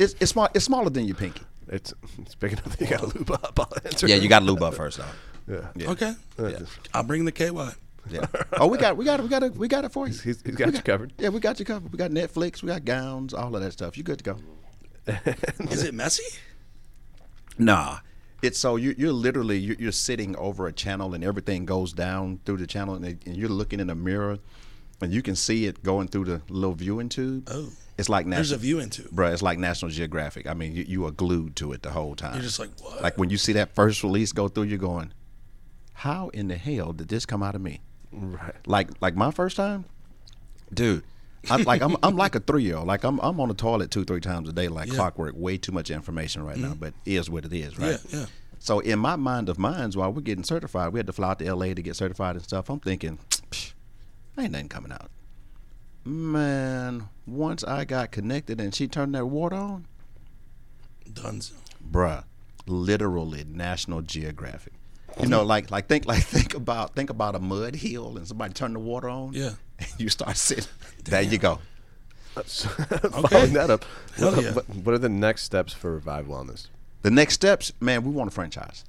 It's it's small. It's smaller than your pinky. It's, it's big enough that you got to lube up. I'll answer. got to lube up first, though. Yeah. Yeah. Okay. Yeah. I'll bring the KY. Yeah. Oh, we got we got it. We got it. We got it for you. He's, he's got you covered. yeah, we got you covered. We got Netflix. We got gowns. All of that stuff. You good to go? Is it messy? Nah. It's so you, you're literally you're, you're sitting over a channel and everything goes down through the channel and, and you're looking in a mirror and you can see it going through the little viewing tube. Oh. It's like There's a national, view into. bruh, It's like National Geographic. I mean, you, you are glued to it the whole time. You're just like what? Like when you see that first release go through, you're going, "How in the hell did this come out of me?" Right. Like like my first time, dude. I'm like I'm I'm like a three year old. Like I'm I'm on the toilet two three times a day, like Yeah. Mm-hmm. clockwork. Way too much information right now, but is what it is, right? Yeah, yeah. So in my mind of minds, while we're getting certified, we had to fly out to LA to get certified and stuff. I'm thinking, "Psh, ain't nothing coming out. Man, once I got connected and she turned that water on, Dunzo. bruh, literally National Geographic. You Mm-hmm. know, like like think like think about think about a mud hill and somebody turn the water on. Yeah. And you start sitting. There you go. Following that up, Hell what, yeah. what- what are the next steps for Revive Wellness? The next steps, man, we want a franchise,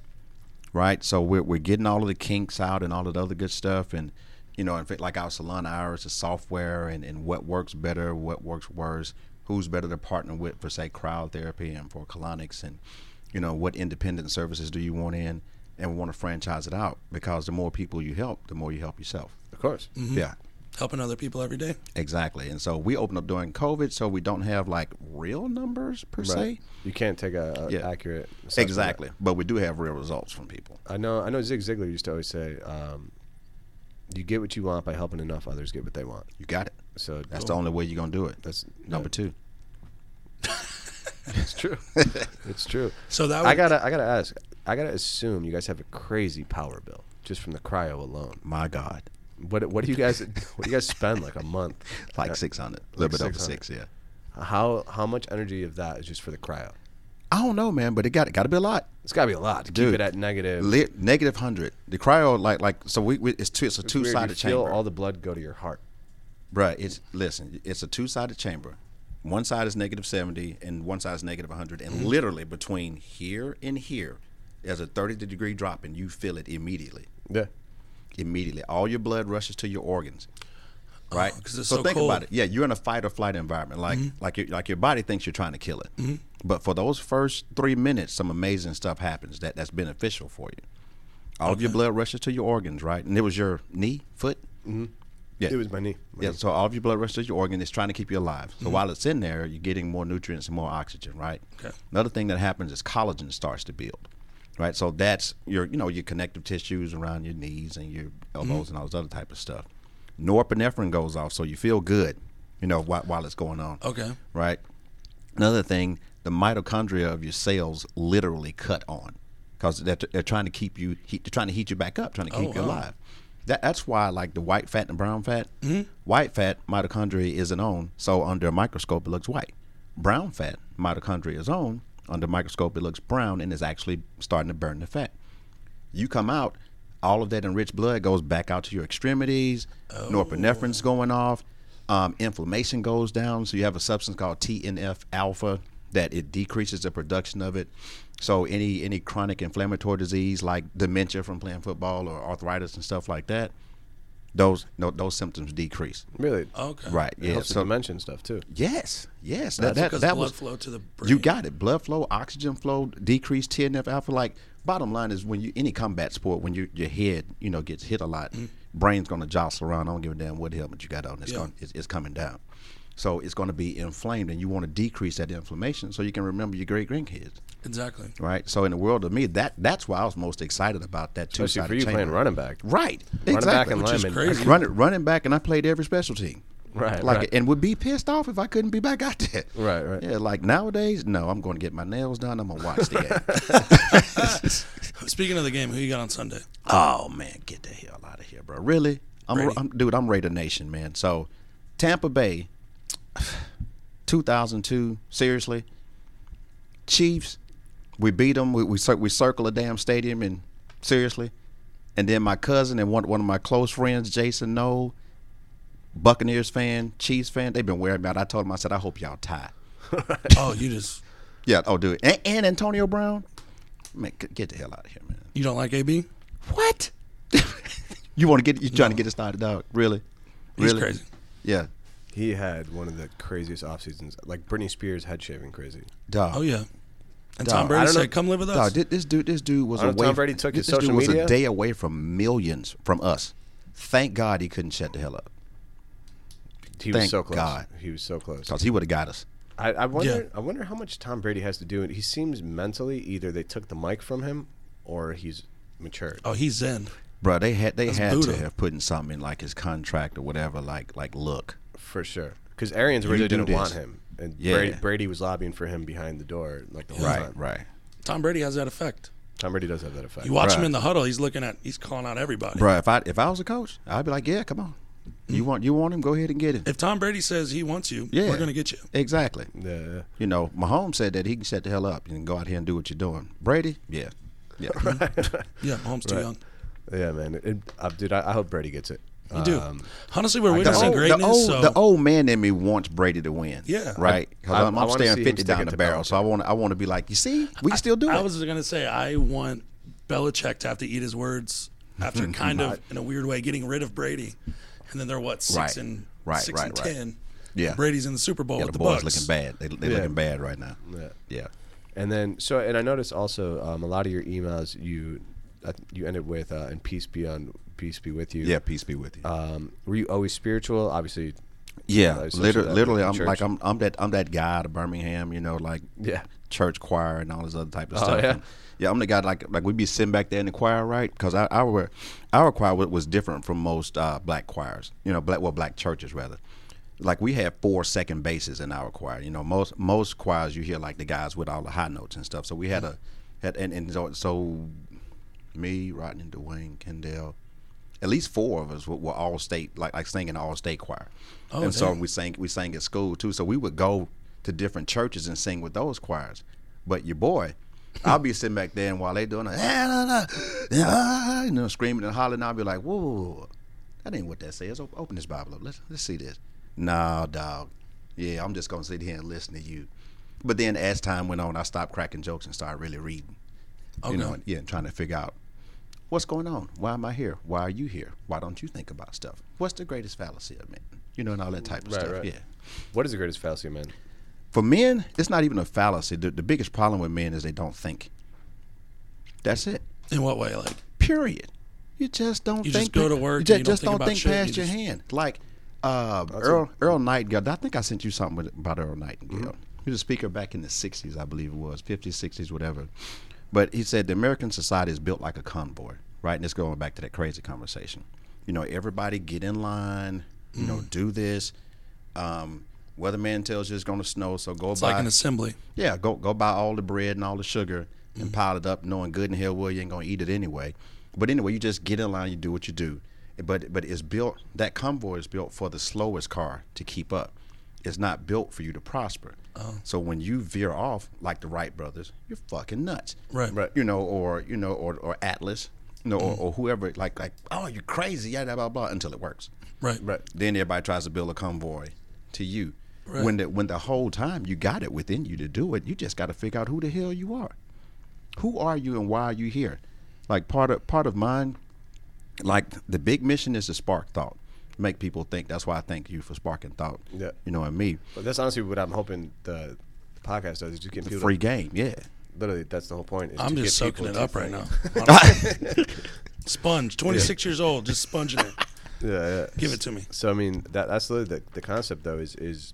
right? So we're, we're getting all of the kinks out and all of the other good stuff. And, you know, in fact, like our salon hours, the software and, and what works better, what works worse, who's better to partner with for, say, crowd therapy and for colonics and, you know, what independent services do you want in? And we want to franchise it out because the more people you help, the more you help yourself. Of course. Yeah. Helping other people every day. Exactly. And so we opened up during COVID, so we don't have like real numbers per se. Right. You can't take a, a Yeah. accurate assessment of Exactly. But we do have real results from people. I know. I know. Zig Ziglar used to always say, um, "You get what you want by helping enough others get what they want." You got it. So That's the only way you're gonna do it. that's Number two. It's true. it's true. So that would, I gotta. I gotta ask. I gotta assume you guys have a crazy power bill just from the cryo alone. My God. What What do you guys What do you guys spend like a month? Like six hundred. A little bit over 600. six, yeah. How How much energy of that is just for the cryo? I don't know, man, but it got it gotta be a lot. It's gotta be a lot to keep Dude. it at negative. Le- negative hundred. The cryo like like so we, we it's two it's a two Weird, you sided feel chamber. all the blood go to your heart. Bruh, it's listen, it's a two sided chamber. One side is negative seventy and one side is negative hundred. And literally between here and here, there's a thirty degree drop and you feel it immediately. Yeah. immediately. All your blood rushes to your organs. Right? 'cause it's so, so think cold. about it. Yeah, you're in a fight or flight environment. Like like your like your body thinks you're trying to kill it. But for those first three minutes, some amazing stuff happens that, that's beneficial for you. All of your blood rushes to your organs, right? And it was your knee, foot. Mm-hmm. Yeah. It was my knee. My yeah, knee. so all of your blood rushes to your organ. It's trying to keep you alive. Mm-hmm. So while it's in there, you're getting more nutrients and more oxygen, right? Okay. Another thing that happens is collagen starts to build, right? So that's your, you know, your connective tissues around your knees and your Mm-hmm. elbows and all this other type of stuff. Norepinephrine goes off, so you feel good, you know, while, while it's going on, okay. right? Another thing, the mitochondria of your cells literally cut on because they're, they're trying to keep you, heat, they're trying to heat you back up, trying to keep Oh, you wow. alive. That, that's why, like the white fat and brown fat, Mm-hmm. white fat mitochondria isn't on, so under a microscope it looks white. Brown fat mitochondria is on, under microscope it looks brown and is actually starting to burn the fat. You come out, all of that enriched blood goes back out to your extremities. Norepinephrine Norepinephrines going off. Um, inflammation goes down, so you have a substance called TNF alpha that it decreases the production of it. So any any chronic inflammatory disease like dementia from playing football or arthritis and stuff like that, those no, those symptoms decrease. really. Okay. Right. It Yeah. helps the So dimension stuff too. yes, That's yes. That, that, because that blood was flow to the brain. you got it. Blood flow, oxygen flow, decreased TNF alpha. Like bottom line is when you any combat sport, when you, your head you know gets hit a lot, Mm. brain's gonna jostle around. I don't give a damn what helmet you got on. It's Yeah. going it's, it's coming down. So it's gonna be inflamed, and you want to decrease that inflammation so you can remember your great grandkids, exactly. right? So in the world of me, that that's why I was most excited about that two Especially sided for you playing running back. Right, Running back exactly. and Which is lineman. crazy. Running running back, and I played every special team. Right, Like, right. and would be pissed off if I couldn't be back out there. Right, right. Yeah, like nowadays, no, I'm going to get my nails done. I'm gonna watch the game. Speaking of the game, who you got on Sunday? oh man, get the hell out of here, bro. Really? I'm, Brady. I'm dude. I'm Raider Nation, man. So, Tampa Bay, 2002. Seriously, Chiefs. We beat them. We we, cir- we circle a damn stadium, and seriously, and then my cousin and one one of my close friends, Jason Noel, Buccaneers fan, Chiefs fan. They've been worried about. It. I told him. I said, I hope y'all tie. Oh, you just Yeah, oh, dude. And, and Antonio Brown? Man, g- get the hell out of here, man. you don't like AB? What? you want to get, you trying to get us started, dog? Really? He's Really? crazy. Yeah. He had one of the craziest off seasons, like Britney Spears head shaving crazy. Dog. Oh yeah. And Dog, Tom Brady I don't said, know- "Come live with us." Dog, thi- this dude, this dude was Arnold away. Tom Brady took this his social dude was media? a day away from millions from us. Thank God he couldn't shut the hell up He was Thank so close. God. He was so close. because he would have got us. I, I wonder. I wonder how much Tom Brady has to do. And he seems mentally either they took the mic from him or he's matured. oh, he's zen. Bro, they had they had Buddha. to have put in something in, like his contract or whatever, like like look. For sure. Because Arians really do didn't want this. him. And Yeah. Brady, Brady was lobbying for him behind the door like the whole time. right. Tom Brady has that effect. Tom Brady does have that effect. You watch him Right. in the huddle. He's looking at. He's calling out everybody. Bruh, if I if I was a coach, I'd be like, yeah, come on. Mm. You want you want him? Go ahead and get him. If Tom Brady says he wants you, Yeah. we're gonna get you. Exactly. Yeah, yeah. You know, Mahomes said that he can shut the hell up and go out here and do what you're doing. Brady, yeah, yeah. Yeah, Mahomes too young. yeah, man. It, uh, dude, I, I hope Brady gets it. You do. Um, Honestly, we're The witnessing old, the, greatness. old, so the old man in me wants Brady to win. Yeah. right. 'Cause I- I'm, I I'm wanna see staring him fifty stick down it the to barrel, Belichick. so I want I want to be like, you see, we can still do I it. was gonna say I want Belichick to have to eat his words after kind of in a weird way getting rid of Brady, and then they're what six Right. and Right, six right, and right. ten. Yeah. Brady's in the Super Bowl yeah, with the the, boys Bucks. looking bad. They they Yeah. looking bad right now. yeah. Yeah. And then so, and I noticed also um, a lot of your emails you I th- you ended with uh, "and peace be on peace be with you." Yeah, peace be with you. Um, were you always spiritual? Obviously. yeah, I associate literally, that literally with I'm the like church. I'm I'm that I'm that guy out of Birmingham, you know, like Yeah. church choir and all this other type of Oh, stuff. yeah? And, yeah, I'm the guy like like we'd be sitting back there in the choir, right? Because our our choir wa- was different from most uh, black choirs, you know, black well black churches rather. Like we had four second basses in our choir. You know, most most choirs you hear like the guys with all the high notes and stuff. So we had a had and, and so, so me, Rodney, Dwayne, Kendall, at least four of us were, were all state like like singing all state choir. Oh, and so damn. we sang we sang at school too. So we would go to different churches and sing with those choirs. But your boy, I'll be sitting back there and while they doing it, "Ah, nah, nah, ah," you know, screaming and hollering, I'll be like, whoa, whoa, whoa, whoa. that ain't what that says. Op- Open this Bible up. Let's let's see this. Nah, dog. Yeah, I'm just gonna sit here and listen to you. But then as time went on, I stopped cracking jokes and started really reading. Okay. You know, and- yeah, and trying to figure out what's going on. Why am I here? Why are you here? Why don't you think about stuff? What's the greatest fallacy of men? You know, and all that type of Right, stuff. right. Yeah. What is the greatest fallacy, man? For men, it's not even a fallacy. The, the biggest problem with men is they don't think. That's it. In what way? Like Period. You just don't You just think. go pa- to work You and you just, don't just think don't about think shit. You past your just- hand. Like uh, Earl Earl Nightingale. I think I sent you something with- about Earl Nightingale. He was a speaker back in the '60s, I believe it was '50s, '60s, whatever. But he said the American society is built like a convoy, right? And it's going back to that crazy conversation. You know, everybody get in line. You know, do this. Um, weatherman tells you it's going to snow, so go it's buy. like an assembly. Yeah, go go buy all the bread and all the sugar and pile it up, knowing good and hell well you ain't gonna eat it anyway. But anyway, you just get in line, you do what you do. But but it's built that convoy is built for the slowest car to keep up. It's not built for you to prosper. So when you veer off like the Wright brothers, you're fucking nuts Right. Right. you know, or you know, or, or Atlas, you know, or, or whoever, like like, oh, you're crazy, yeah, blah blah blah, until it works. Right. Right. Then everybody tries to build a convoy to you. Right. When the when the whole time you got it within you to do it, you just got to figure out who the hell you are. Who are you and why are you here? Like part of part of mine, like the big mission is to spark thought, make people think. That's why I thank you for sparking thought. Yeah. you know, and me, But that's honestly what I'm hoping the, the podcast does is just get people. to- free game. Yeah. literally, that's the whole point. Is I'm to just get people soaking it to up right now. think. Honestly. Sponge. 26 years old, just sponging it. Yeah, yeah. Give it to me. So I mean, that that's literally the, the concept though is is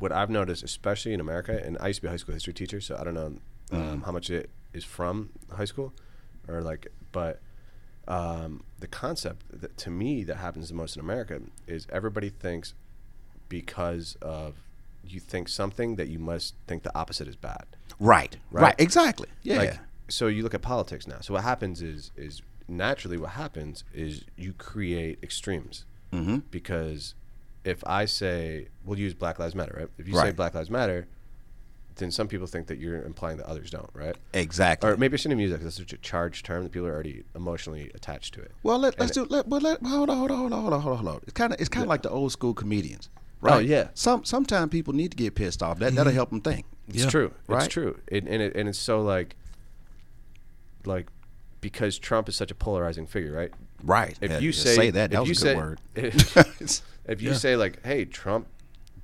what I've noticed, especially in America. And I used to be a high school history teacher, so I don't know Mm. um, how much it is from high school, or like, but um, the concept that, to me that happens the most in America is everybody thinks because of you think something that you must think the opposite is bad. Right, right, Right. exactly. Yeah, Like, so you look at politics now. So what happens is is naturally what happens is you create extremes mm-hmm. because if I say we'll use Black Lives Matter, right? If you say Right. Black Lives Matter, then some people think that you're implying that others don't, right? exactly. Or maybe I shouldn't even use that because it's such a charged term that people are already emotionally attached to it. Well, let, let's do. Let, well, let, hold on, hold on, hold on, hold on, hold on, hold on. It's kind of it's kind of like the old school comedians, right? yeah. Some sometimes people need to get pissed off. That that'll help them think. It's Yeah. true. Right? It's true. It, and it, and it's so like like because Trump is such a polarizing figure, right? Right. If Yeah, you to say, if that, that was you a good say, word. if you say like, "Hey, Trump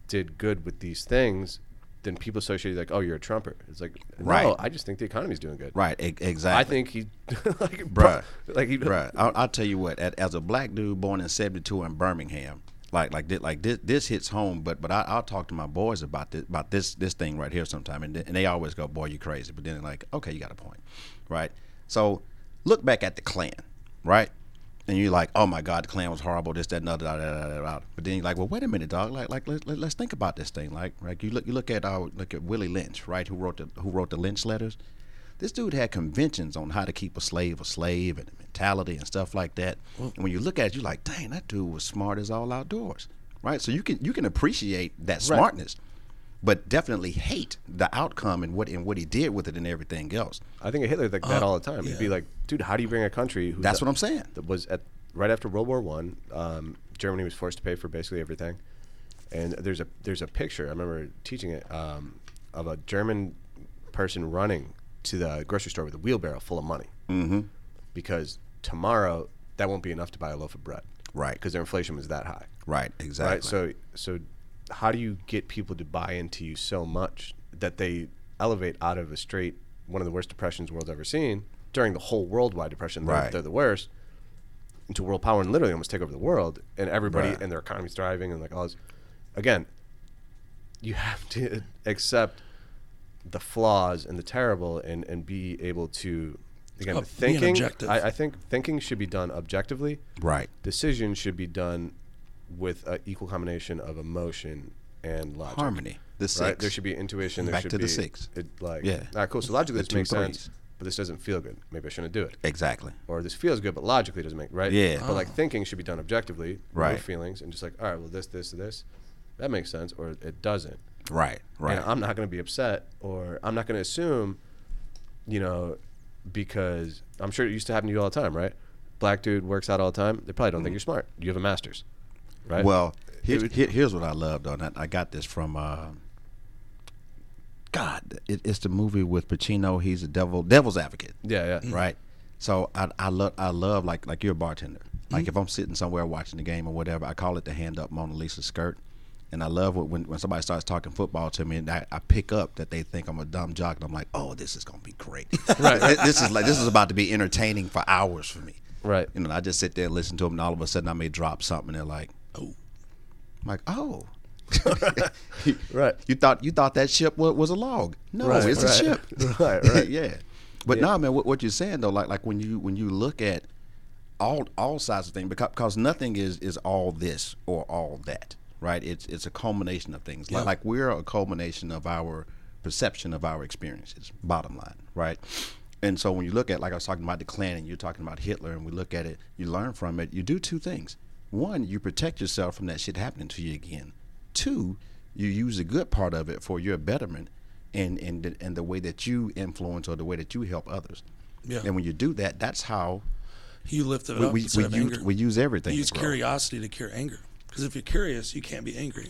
did good with these things," then people associate like, "Oh, you're a Trumper." It's like, Right. no, I just think the economy's doing good. Right. e- Exactly. I think he, like, Bruh. bruh, like he, Bruh, I'll, I'll tell you what. at- as a black dude born in '72 in Birmingham, like like this, like this, this hits home. But but I, I'll talk to my boys about this about this this thing right here sometime, and, th- and they always go, "Boy, you crazy." But then they're like, "Okay, you got a point, right?" So look back at the Klan, right? And you're like, "Oh my God, the Klan was horrible." This, that, and other, da, da, da, da, da. But then you're like, "Well, wait a minute, dog. Like like let, let, let's think about this thing. Like like you look you look at uh, look at Willie Lynch, right? Who wrote the who wrote the Lynch letters? This dude had conventions on how to keep a slave a slave and mentality and stuff like that. And when you look at it, you're like, dang, that dude was smart as all outdoors, right? So you can you can appreciate that smartness, but definitely hate the outcome and what and what he did with it and everything else. I think of Hitler like that all the time. He'd be yeah. like, dude, how do you bring a country? Who Oh, That's what I'm saying. that was at right after World War One. Um, Germany was forced to pay for basically everything, and there's a there's a picture I remember teaching it um, of a German person running to the grocery store with a wheelbarrow full of money, mm-hmm. because tomorrow that won't be enough to buy a loaf of bread, Right. Because their inflation was that high, Right. Exactly. right? So so how do you get people to buy into you so much that they elevate out of a straight one of the worst depressions world's ever seen during the whole worldwide depression they're- Right. they're, the worst into world power and literally almost take over the world and everybody Right. and their economy's thriving and like all this again you have to accept the flaws and the terrible and and be able to again Ob- being thinking objective. I, I think thinking should be done objectively Right. decision should be done with an equal combination of emotion and logic. Harmony. The six. Right? There should be intuition. There Back should to the be six. It, like, Yeah. All right, cool. So logically, The this two makes sense, threes. but this doesn't feel good. Maybe I shouldn't do it. exactly. Or this feels good, but logically doesn't make right. Yeah. But like thinking should be done objectively. Right. Right. Remove feelings and just like, all right, well, this, this, this, that makes sense, or it doesn't. Right. Right. And I'm not going to be upset, or I'm not going to assume, you know, because I'm sure it used to happen to you all the time, right? Black dude works out all the time. They probably don't think you're smart. You have a master's, right? Mm-hmm. Well, here, here, here's what I love, though. And I, I got this from uh, God. It, it's the movie with Pacino. He's a devil, devil's advocate, Yeah, yeah. right? So I, I love, I love like like you're a bartender. Like Mm-hmm. if I'm sitting somewhere watching the game or whatever, I call it the hand up Mona Lisa skirt. And I love what, when when somebody starts talking football to me, and I, I pick up that they think I'm a dumb jock, and I'm like, oh, this is gonna be great. right. This is like this is about to be entertaining for hours for me. Right. You know, and I just sit there and listen to them, and all of a sudden I may drop something, and they're like, Oh, I'm like, oh. Right. You thought you thought that ship was, was a log. No, Right, Oh, it's right. a ship. Right, right. yeah. But no, man, what, what you're saying though, like like when you when you look at all all sides of things, because, because nothing is is all this or all that, right? It's it's a culmination of things. Like, like we're a culmination of our perception of our experiences. Bottom line, right? And so when you look at like I was talking about the Klan and you're talking about Hitler, and we look at it, you learn from it. You do two things. One, you protect yourself from that shit happening to you again. Two, you use the good part of it for your betterment and and the, and the way that you influence or the way that you help others. Yeah. And when you do that, that's how you lifted it we up we, instead we, of use, anger. we use everything. you use bro. curiosity to cure anger. Because if you're curious, you can't be angry.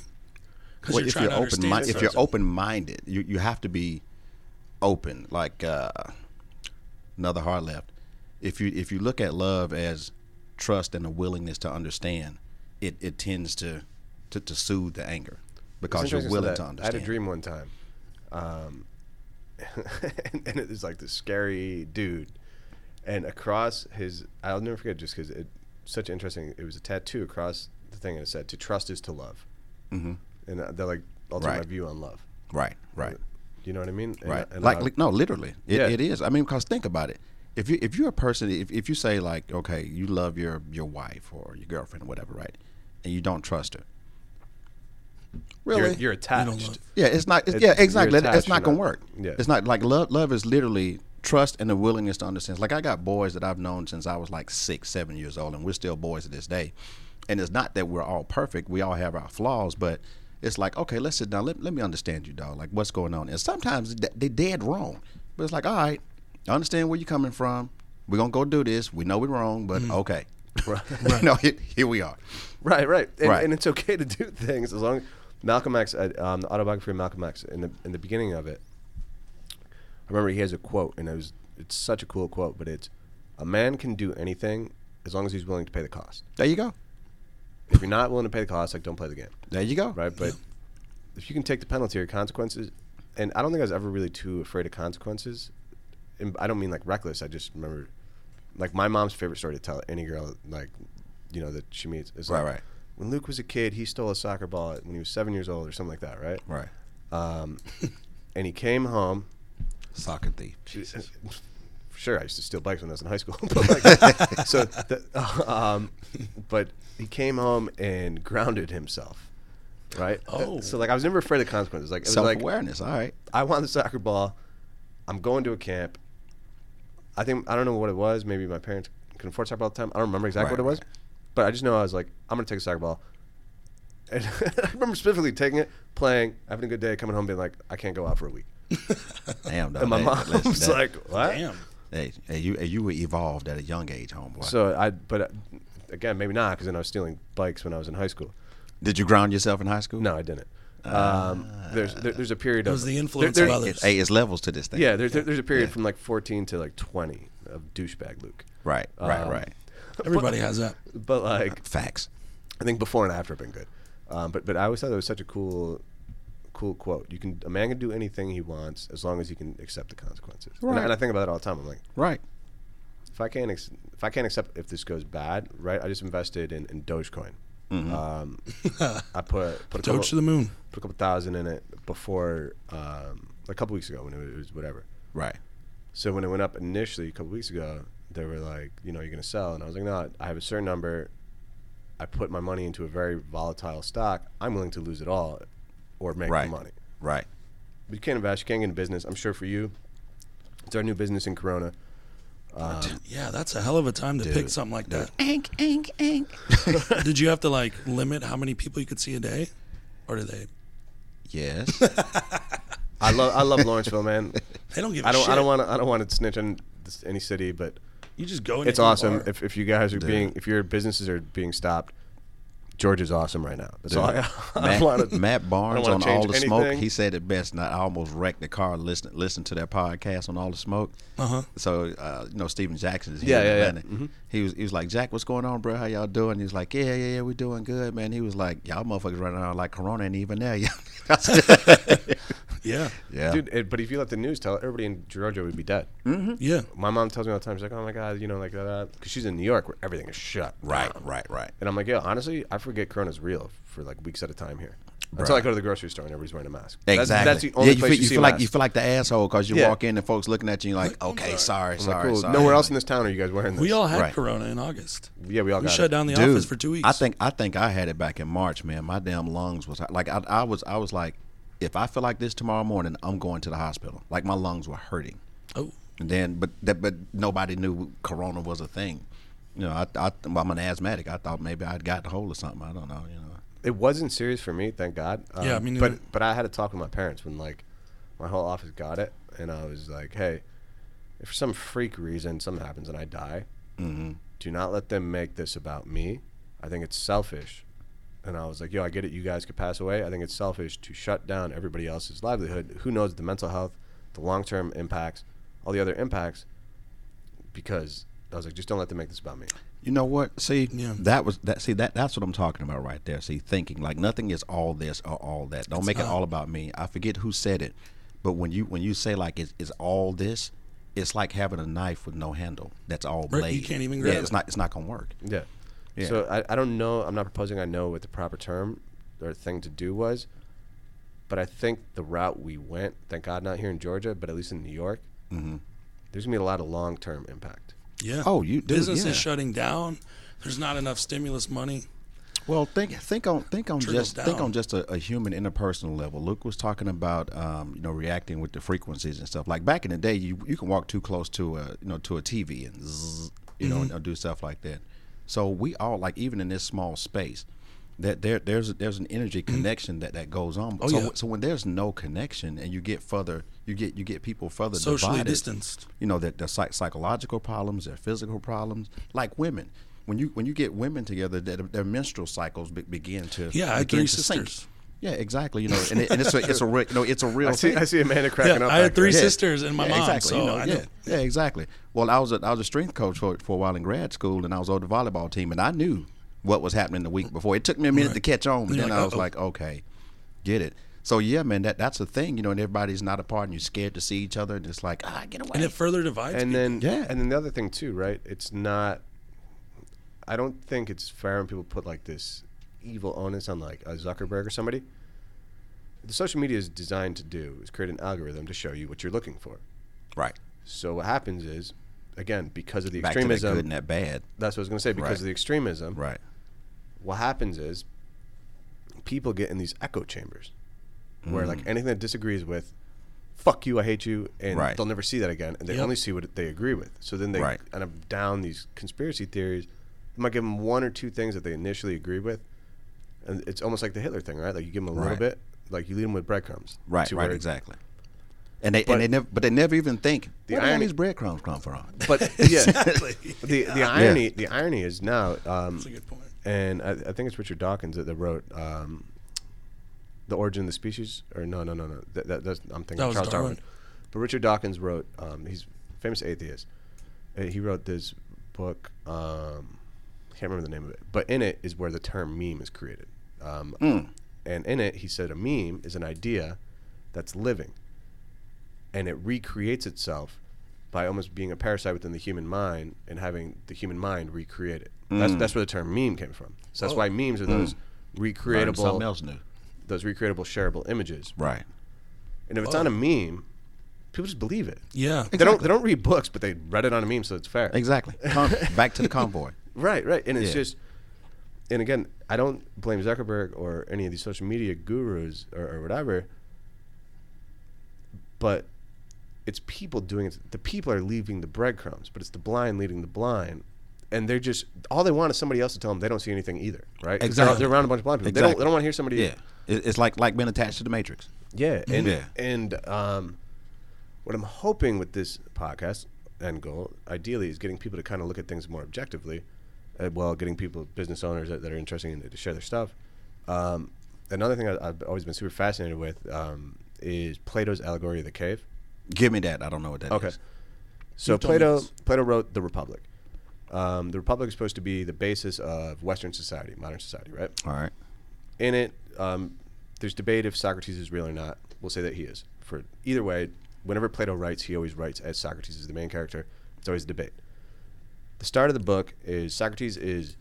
Because Well, you're if trying you're to open understand. minded, if you're yourself. open minded, you you have to be open. Like uh, another hard left. If you if you look at love as trust and a willingness to understand, it, it tends to, to to soothe the anger because It's you're interesting willing that to understand. I had a dream one time, um, and, and it was like this scary dude, and across his, I'll never forget just because it such interesting. It was a tattoo across the thing, and it said, "To trust is to love," mm-hmm. and uh, that like altered my Right. view on love. Right, right. You know what I mean? And- right and uh, like I- li- no literally it, Yeah. it is i mean because think about it if you if you're a person if, if you say like okay you love your your wife or your girlfriend or whatever right and you don't trust her you're, really you're You don't attached. love- yeah it's not it's, It's- yeah you're exactly attached, it's not you're gonna not- work yeah. it's not like love love is literally trust and the willingness to understand like i got boys that i've known since i was like six seven years old and we're still boys to this day and it's not that we're all perfect we all have our flaws but it's like okay let's sit down let, let me understand you dog like what's going on and sometimes th- they dead wrong but it's like all right i understand where you're coming from we're gonna go do this we know we're wrong but Mm. okay you know here, here we are Right, right. And, Right. and it's okay to do things as long Malcolm X, uh, um, the autobiography of Malcolm X, in the in the beginning of it, I remember he has a quote, and it was it's such a cool quote, but it's a man can do anything as long as he's willing to pay the cost. there you go If you're not willing to pay the cost, like don't play the game, there you go right? But if you can take the penalty or consequences, and I don't think I was ever really too afraid of consequences. And I don't mean like reckless. I just remember, like my mom's favorite story to tell any girl, like you know that she meets is Right, like, right. When Luke was a kid, he stole a soccer ball when he was seven years old or something like that, right? right And he came home. soccer thief Sure, I used to steal bikes when I was in high school. but like, so, the, um, but he came home and grounded himself, right? Oh. so like I was never afraid of consequences. Like it was self like awareness. all right, I want the soccer ball. I'm going to a camp. I think I don't know what it was. Maybe my parents couldn't afford soccer ball at the time. I don't remember exactly Right, what it was, but I just know I was like, I'm gonna take a soccer ball. And I remember specifically taking it, playing, having a good day, coming home, being like, I can't go out for a week. Damn, dog, And my hey, mom's listen, that- like, What? Damn. hey, hey, you, hey, you were evolved at a young age, homeboy. So I, but uh, again, maybe not because then I was stealing bikes when I was in high school. Did you ground yourself in high school? No, I didn't. Um, there's there, there's a period Ah. It of was the there- influence there- of others. It, hey, it's levels to this thing. Yeah, there's there's a period from like 14 to like 20 of douchebag Luke. Right, right, Um, right. Everybody has that. But like Facts. I think before and after have been good. Um, but but I always thought that was such a cool, cool quote. You can a man can do anything he wants as long as he can accept the consequences. And I- And, Right. I think about that all the time. I'm like, Right. if I can't ex- if I can't accept if this goes bad, right? I just invested in, in Dogecoin. Um, I put put a, couple, Mm-hmm. Doge to the moon. put a couple thousand in it before um, a couple weeks ago when it was whatever. Right. So when it went up initially a couple weeks ago, they were like, you know, you're gonna sell, and I was like, no, I have a certain number. I put my money into a very volatile stock. I'm willing to lose it all, or make Right. the money. Right. But you can't invest. You can't get into business. I'm sure for you, it's our new business in Corona. Yeah, that's a hell of a time to pick something like that. Ink, ink, ink. Did you have to like limit how many people you could see a day, or did they? Yes. I love I love Lawrenceville, man. They don't give. I I don't Shit. I don't want to I don't want to snitch on this, any city, but You just go. in it's and you awesome. bar. If, if you guys are being if your businesses are being stopped, Georgia's awesome right now. That's all I, I Matt, want to. Matt Barnes wanna on change all the smoke. anything. He said it best. And I almost wrecked the car listening listen to that podcast on all the smoke. Uh-huh. So uh, you know Steven Jackson is here Yeah, in yeah, yeah. Mm-hmm. Atlanta. He was he was like Jack, what's going on, bro? How y'all doing? He was like, Yeah, yeah, yeah, we're doing good, man. He was like, Y'all motherfuckers running around like Corona ain't even there. yeah. yeah, Dude, it, but if you let the news tell it, everybody in Georgia would be dead. yeah, My mom tells me all the time, she's like, "Oh my god, you know, like that," because she's in New York where everything is shut. Right, right, right. And I'm like, yo, honestly, I forget Corona's real for like weeks at a time here until I go to the grocery store and everybody's wearing a mask. That's- Exactly. That's, the only yeah, you place feel, you, see feel a like mask. you feel like the asshole because you Yeah. walk in and folks looking at you and like, okay, sorry, I'm like, sorry, cool, sorry. Nowhere else Like, in this town are you guys wearing this. we all had Right. Corona in August. yeah, we all We got shut it. down the Dude, office for two weeks. I think I think I had it back in March, man. My damn lungs was like I, I was I was like, if I feel like this tomorrow morning, I'm going to the hospital. Like my lungs were hurting. Oh, And then, but that but nobody knew Corona was a thing. You know, I, I well, I'm an asthmatic. I thought maybe I'd got the hold of something. I don't know. You know, It wasn't serious for me, thank God. Um, Yeah, me neither. but but I had to talk with my parents when like my whole office got it, and I was like, hey, if for some freak reason something happens and I die, Mm-hmm. do not let them make this about me. I think it's selfish. And I was like, yo, I get it. You guys could pass away. I think it's selfish to shut down everybody else's livelihood. Who knows the mental health, the long term impacts, all the other impacts, because I was like, just don't let them make this about me. you know what? See, Yeah. that was that. See, that that's what I'm talking about right there. See, thinking like nothing is all this or all that. Don't make it not. all about me. I forget who said it, but when you when you say like it's, it's all this, it's like having a knife with no handle. That's all you blade. can't even yeah, grab it's it. not it's not gonna work. Yeah. Yeah. So I, I don't know. I'm not proposing I know what the proper term or thing to do was, but I think the route we went, thank God not here in Georgia, but at least in New York, there's going to be a lot of long term impact. yeah. Oh, you do, business yeah. is shutting down. There's not enough stimulus money. Well, think think on think on Trickles just think down. on just a, a human interpersonal level. Luke was talking about um, you know reacting with the frequencies and stuff. Like back in the day, you you can walk too close to a you know to a TV and zzz, you Mm-hmm. know and uh, do stuff like that. So we all like even in this small space that there there's there's an energy connection that that goes on. Mm-hmm. Oh, so yeah. so when there's no connection and you get further you get you get people further Socially divided, distanced. you know their, their psych- psychological problems their physical problems like women when you when you get women together their, their menstrual cycles be, begin to Yeah, I had begin three to sink. sisters. yeah exactly you know and, it, and it's a it's a real, you know it's a real I see, thing. I see Amanda Yeah, cracking up. I had back three there. sisters and my Yeah, mom, exactly. so you know, I yeah, know. yeah, exactly. Well, I was a, I was a strength coach for, for a while in grad school, and I was on the volleyball team, and I knew what was happening the week before. It took me a minute to catch on, but And you're then like, I was "Uh-oh." like, okay, get it. So yeah, man, that that's a thing, you know, and everybody's not apart, and you're scared to see each other, and it's like, ah, get away. and it further divides. And people. then, Yeah. and then the other thing too, right? It's not, I don't think it's fair when people put like this evil onus on like a Zuckerberg or somebody. The social media is designed to do is create an algorithm to show you what you're looking for. right. So what happens is, again, because of the Back um, to that good extremism, and that bad. that's what I was going to say. Because Right. of the extremism, Right. what happens is Mm. people get in these echo chambers where like anything that disagrees with fuck you, I hate you, and Right. they'll never see that again, and they Yep. only see what they agree with. So then they Right. end up down these conspiracy theories. It might give them one or two things that they initially agree with, and it's almost like the Hitler thing, right? Like you give them a little Right. bit, like you lead them with breadcrumbs, Right, to right, where- exactly. And they But- and they never but they never even think The where all irony- these breadcrumbs come from. But yeah, Exactly. But the the irony the irony is now, um, That's a good point. and I, I think it's Richard Dawkins that, that wrote um, the origin of the species, or no, no, no, no. That, that, that's I'm thinking That was Charles Darwin. Darwin. But Richard Dawkins wrote. Um, he's a famous atheist. Uh, He wrote this book. Um, can't remember the name of it, but in it is where the term meme is created. Um, And in it, he said a meme is an idea that's living and it recreates itself by almost being a parasite within the human mind and having the human mind recreate it. That's that's where the term meme came from. So that's why memes are those Learn Something recreatable else new. those recreatable shareable images. Right. And if it's on a meme, people just believe it. Yeah. They don't they don't read books, but they read it on a meme, so it's fair. Exactly. Con- back to the convoy. Right, right. And it's Yeah. just, and again, I don't blame Zuckerberg or any of these social media gurus or, or whatever, but it's people doing it. The people are leaving the breadcrumbs, but it's the blind leading the blind. And they're just, all they want is somebody else to tell them they don't see anything either, right? 'Cause they're- Exactly. They're, around a bunch of blind people. They, don't, Exactly. they don't want to hear somebody. Yeah. It- It's like like being attached to the Matrix. Yeah, and Yeah. and um, what I'm hoping with this podcast end goal, ideally, is getting people to kind of look at things more objectively, uh, while getting people, business owners that, that are interested in it to share their stuff. Um, another thing I, I've always been super fascinated with um, is Plato's allegory of the cave. Give me that. I don't know what that is. Okay. So You've told me Plato this. Plato wrote the Republic. Um, the Republic is supposed to be the basis of Western society, modern society, right? All right. in it, um, there's debate if Socrates is real or not. We'll say that he is. For either way, whenever Plato writes, he always writes as Socrates is the main character. It's always a debate. The start of the book is Socrates is,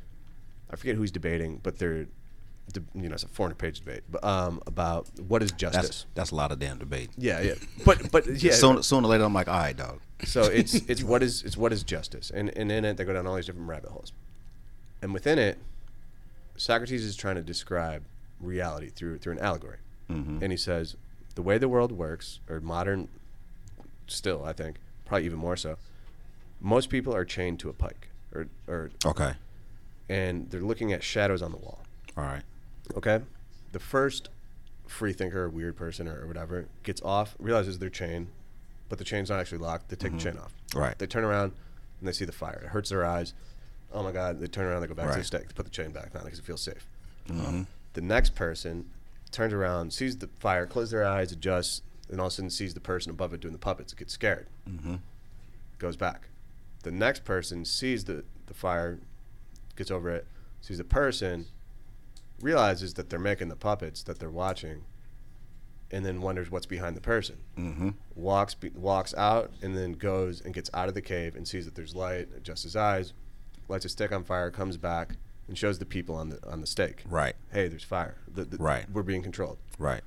I forget who he's debating, but they're, de- you know, it's a 400-page debate but, um, about what is justice. That's that's a lot of damn debate. yeah, yeah, but but yeah. Sooner, sooner or later, I'm like, all right, dog. So it's it's what is it's what is justice, and and in it they go down all these different rabbit holes, and within it, Socrates is trying to describe reality through through an allegory, and he says the way the world works, or modern, still I think probably even more so, most people are chained to a pike, or or Okay. and they're looking at shadows on the wall. All right. Okay, the first free thinker, or weird person, or, or whatever, gets off, realizes their chain, but the chain's not actually locked. They take the chain off. Mm-hmm. Right. They turn around and they see the fire. It hurts their eyes. Oh my God! They turn around. They go back to the Right. Mm-hmm. stake. They put the chain back on because it feels safe. The next person turns around, sees the fire, closes their eyes, adjusts, and all of a sudden sees the person above it doing the puppets. Gets scared. Mm-hmm. Goes back. The next person sees the the fire, gets over it, sees the person, realizes that they're making the puppets that they're watching, and then wonders what's behind the person. Mm-hmm. Walks be, walks out and then goes and gets out of the cave and sees that there's light. Adjusts his eyes, lights a stick on fire, comes back and shows the people on the on the stake. Right. Hey, there's fire. The, the- Right. We're being controlled Right.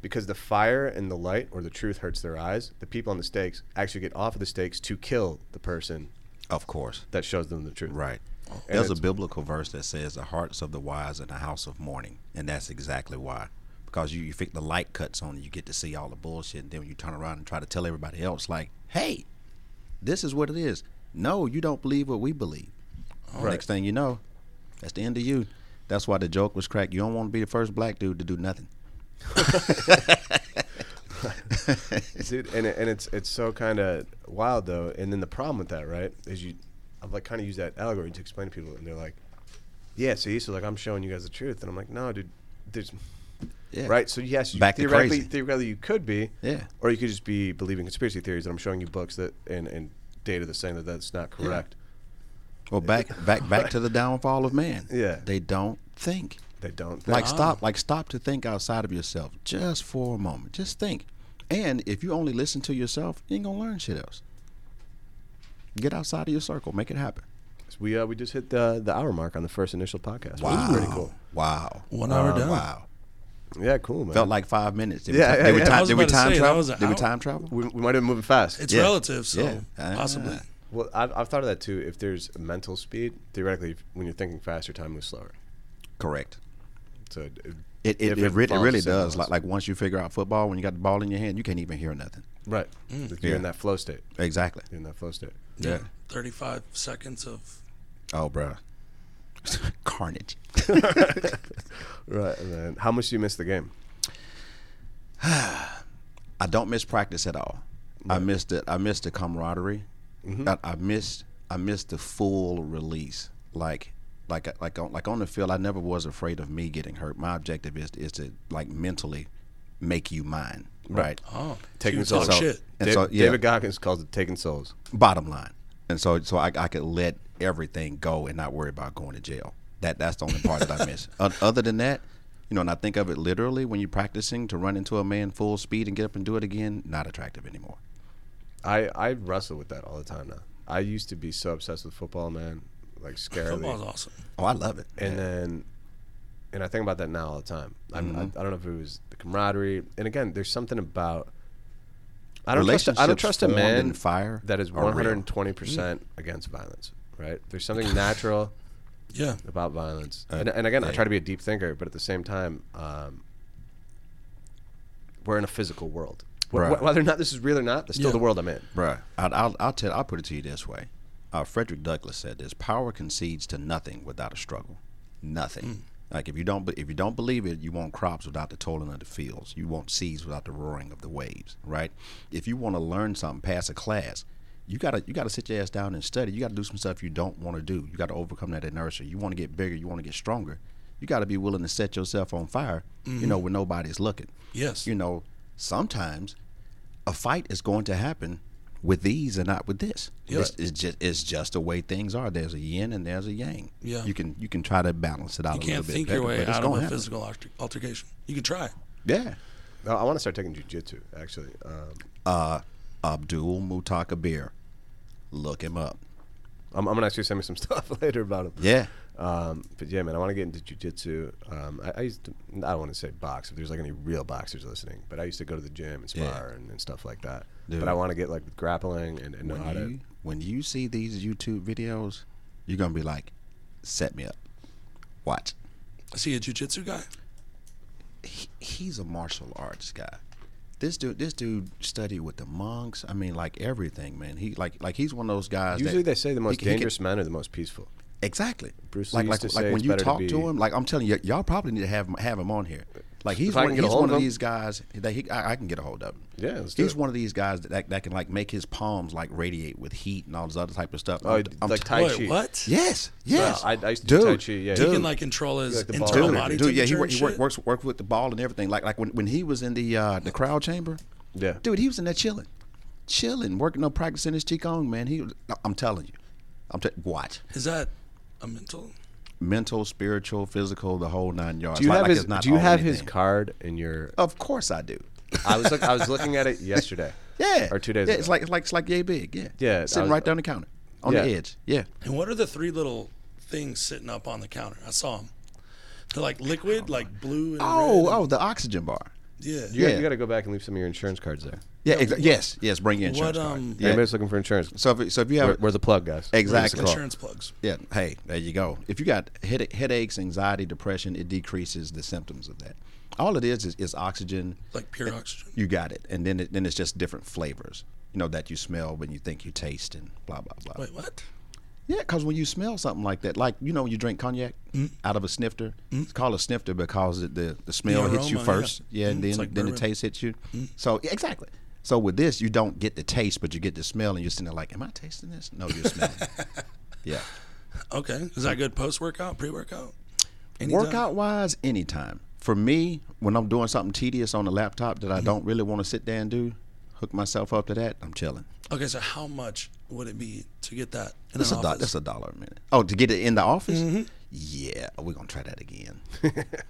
because the fire and the light or the truth hurts their eyes. The people on the stakes actually get off of the stakes to kill the person Of course. that shows them the truth. Right. And There's a it's- biblical verse that says, "The hearts of the wise in the house of mourning," and that's exactly why. Because you, you think the light cuts on, you get to see all the bullshit, and then when you turn around and try to tell everybody else, like, "Hey, this is what it is." No, you don't believe what we believe. Oh, Right. Next thing you know, that's the end of you. That's why the joke was cracked. You don't want to be the first black dude to do nothing. dude and, it, and it's it's so kind of wild though and then the problem with that right is you i've like kind of used that allegory to explain to people and they're like yeah see so like i'm showing you guys the truth and i'm like no dude there's Yeah. right so yes you, Back to theoretically crazy. theoretically you could be Yeah. or you could just be believing conspiracy theories and i'm showing you books that and and data that's saying that that's not correct Well, back back back to the downfall of man. Yeah. They don't think. they don't Like stop, like stop to think outside of yourself just for a moment. Just think. And if you only listen to yourself, you ain't gonna learn shit else. Get outside of your circle, make it happen. we uh, we just hit the the hour mark on the first initial podcast wow pretty cool Wow. One hour down. Oh, Wow. yeah cool man Felt like five minutes. Did Yeah, we, ti- yeah, did we yeah. I time, was did we about to time say, that travel? was an Did we hour. time travel? we, we might have been moving fast It's Yeah. relative, so Yeah. Ah. possibly. Well, I've, I've thought of that too. If there's a mental speed, theoretically, if, when you're thinking fast, your time moves slower. Correct. So it- it- It it, it, Different re- it phone really signals. does. Like like once you figure out football, when you got the ball in your hand, you can't even hear nothing. Right. You're in that flow state. Exactly. You're in that flow state. Yeah. 35 seconds of Oh, bruh. Carnage. Right. And then how much do you miss the game? I don't miss practice at all. I missed it. I missed the camaraderie. I, I missed. I missed the full release. Like, like, like on like on the field. I never was afraid of me getting hurt. My objective is is to like mentally make you mine. Right. oh Taking you talk souls out. shit. And Da- so yeah. David Goggins calls it taking souls. bottom line. And so so I, I could let everything go and not worry about going to jail. That that's the only part that I miss. O- Other than that, you know, and I think of it literally when you're practicing to run into a man full speed and get up and do it again. Not attractive anymore. I, I wrestle with that all the time now. I used to be so obsessed with football, man, like Football's scarily. awesome. Oh, I love it. And then, and I think about that now all the time. I'm, I, I Mm-hmm. don't know if it was the camaraderie. And again, there's something about I don't trust a, I don't Relationships trust a formed man in fire that is are real. Mm. 120 percent against violence. Right? There's something natural Yeah. about violence. Uh, and, and again, I try to be a deep thinker, but at the same time, um, we're in a physical world. Wh- Right. wh- Whether or not this is real or not, that's still Yeah. the world I'm in. Bruh, I'll, I'll, I'll tell. I'll put it to you this way. Uh, Frederick Douglass said this: "Power concedes to nothing without a struggle. Nothing. Like if you don't, be- if you don't believe it, you want crops without the tolling of the fields. You want seas without the roaring of the waves. Right? If you want to learn something, pass a class." You gotta you gotta sit your ass down and study. You gotta do some stuff you don't want to do. You gotta overcome that inertia. You want to get bigger. You want to get stronger. You gotta be willing to set yourself on fire. You know when nobody's looking. Yes. You know sometimes a fight is going to happen with these and not with this. Yeah. It's, it's just it's just the way things are. There's a yin and there's a yang. Yeah. You can you can try to balance it out You a little can't bit think better, your way but it's out of gonna a happen. physical alter- altercation. You could try. Yeah. No, I want to start taking jujitsu. Actually, um, Abdul Mutaka Beer. Look him up. I'm, I'm gonna actually send me some stuff later about him. Yeah. Um, but yeah, man, I want to get into jujitsu. Um, I, I used to, I don't want to say box if there's like any real boxers listening, but I used to go to the gym and spar Yeah. and, and stuff like that. Dude. But I want to get like grappling and, and know how When to. you, when you see these YouTube videos, you're gonna be like, set me up. Watch. I see a jujitsu guy. he, he's a martial arts guy. This dude, this dude studied with the monks. I mean, like everything, man. He like like he's one of those guys. Usually that they say the most he- he can- dangerous men are the most peaceful. Exactly. Bruce like Lee like, used to like say when it's you better to talk to, be- him, like I'm telling you, y'all probably need to have him- have him on here. Like he's I can one, get a he's hold one of of him. these guys that he I, I can get a hold of. Him. Yeah, let's do he's it. one of these guys that, that that can like make his palms like radiate with heat and all this other type of stuff. Oh, I'm- I'm like t- Tai Wait, Chi. what? yes, yes. I- I used to do Tai Dude, Chi, yeah. He Dude. can like control his Like the ball internal rocker. body dude, yeah, he, temperature wor- and he wor- shit. works work with the ball and everything. Like like when, when he was in the uh, the crowd chamber, Yeah. dude, he was in there chilling, chilling, working on practicing his qigong. Man, he, was- I'm telling you, I'm t- watch Is that a mental? mental, spiritual, physical, the whole nine yards. Do you Like- have like his? it's not Do you all have his anything. card in your? Of course I do. I was look, I was looking at it yesterday. Yeah, Or two days Yeah, ago. it's like it's like it's like yay big. Yeah, Yeah, I sitting was- right down the counter on the Yeah. edge. Yeah, And what are the three little things sitting up on the counter? I saw them. They're like liquid, like blue and Oh, red. oh, the oxygen bar. yeah. You, Yeah. you got to go back and leave some of your insurance cards there. Yeah, exa- yes, yes. Bring in insurance What, card. um, Yeah. Anybody's looking for insurance. So if so if you have We're, we're the plug guys. We're just Exactly. the plug. Insurance plugs. Yeah. Hey, there you go. If you got headache, headaches, anxiety, depression, it decreases the symptoms of that. All it is is, is oxygen. Like pure oxygen. You got it, and then it, then it's just different flavors. You know that you smell when you think you taste, and blah blah blah. Wait, what? Yeah, because when you smell something like that, like you know, when you drink cognac Mm. out of a snifter. It's called a snifter because it, the the smell hits you aroma, yeah. first, yeah, Mm, and it's then like then the bourbon. Mm. taste hits you. So yeah, exactly. So with this, you don't get the taste, but you get the smell, and you're sitting there like, "Am I tasting this? No, you're smelling." it." yeah. Okay. Is that good post workout, pre workout? Workout wise, anytime. For me, when I'm doing something tedious on the laptop that I don't really want to sit there and do, hook myself up to that. I'm chilling. Okay, so how much would it be to get that in That's an a do- office? Mm-hmm. that's a dollar a minute. Oh, to get it in the office. Yeah, we're gonna try that again.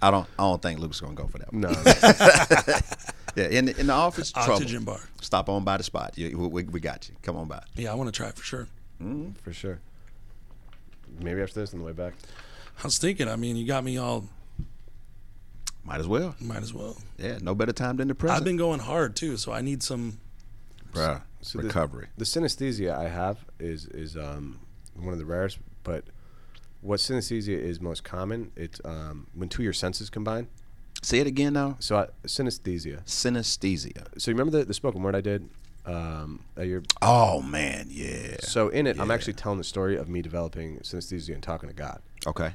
I don't. I don't think Luke's gonna go for that. One. No, no. Yeah, in the, in the office, Oxygen trouble. bar. Stop on by the spot. You, we, we- we got you. Come on by. yeah, I want to try it for sure. for sure. Maybe after this on the way back. I was thinking. I mean, you got me all. Might as well. Might as well. Yeah, no better time than the present. I've been going hard too, so I need some. Bruh, So the- recovery. The, synesthesia I have is is um, one of the rarest, but what synesthesia is most common, it's um, when two of your senses combine. Say it again now. So I, synesthesia. Synesthesia. So you remember the, the spoken word I did um, at your Oh man, yeah. So in it, I'm actually telling the story of me developing synesthesia and talking to God. Okay.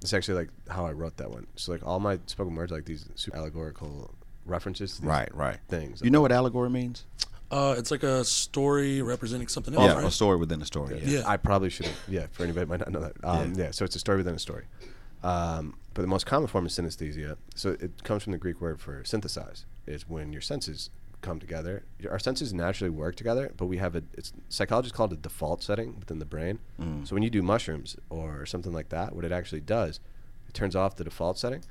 It's actually like how I wrote that one. So like all my spoken words, like these super allegorical references. To these Right, right. Things. You know what allegory means? Uh, it's like a story representing something else, Yeah, a right? story within a story. Yeah. Yeah. I probably should have. Yeah, for anybody that might not know that. Um, yeah. so it's a story within a story. Um, but the most common form of synesthesia, so it comes from the Greek word for synthesize, is when your senses come together. Your- Our senses naturally work together, but we have a, it's psychologists call it a default setting within the brain. So when you do mushrooms or something like that, what it actually does, it turns off the default setting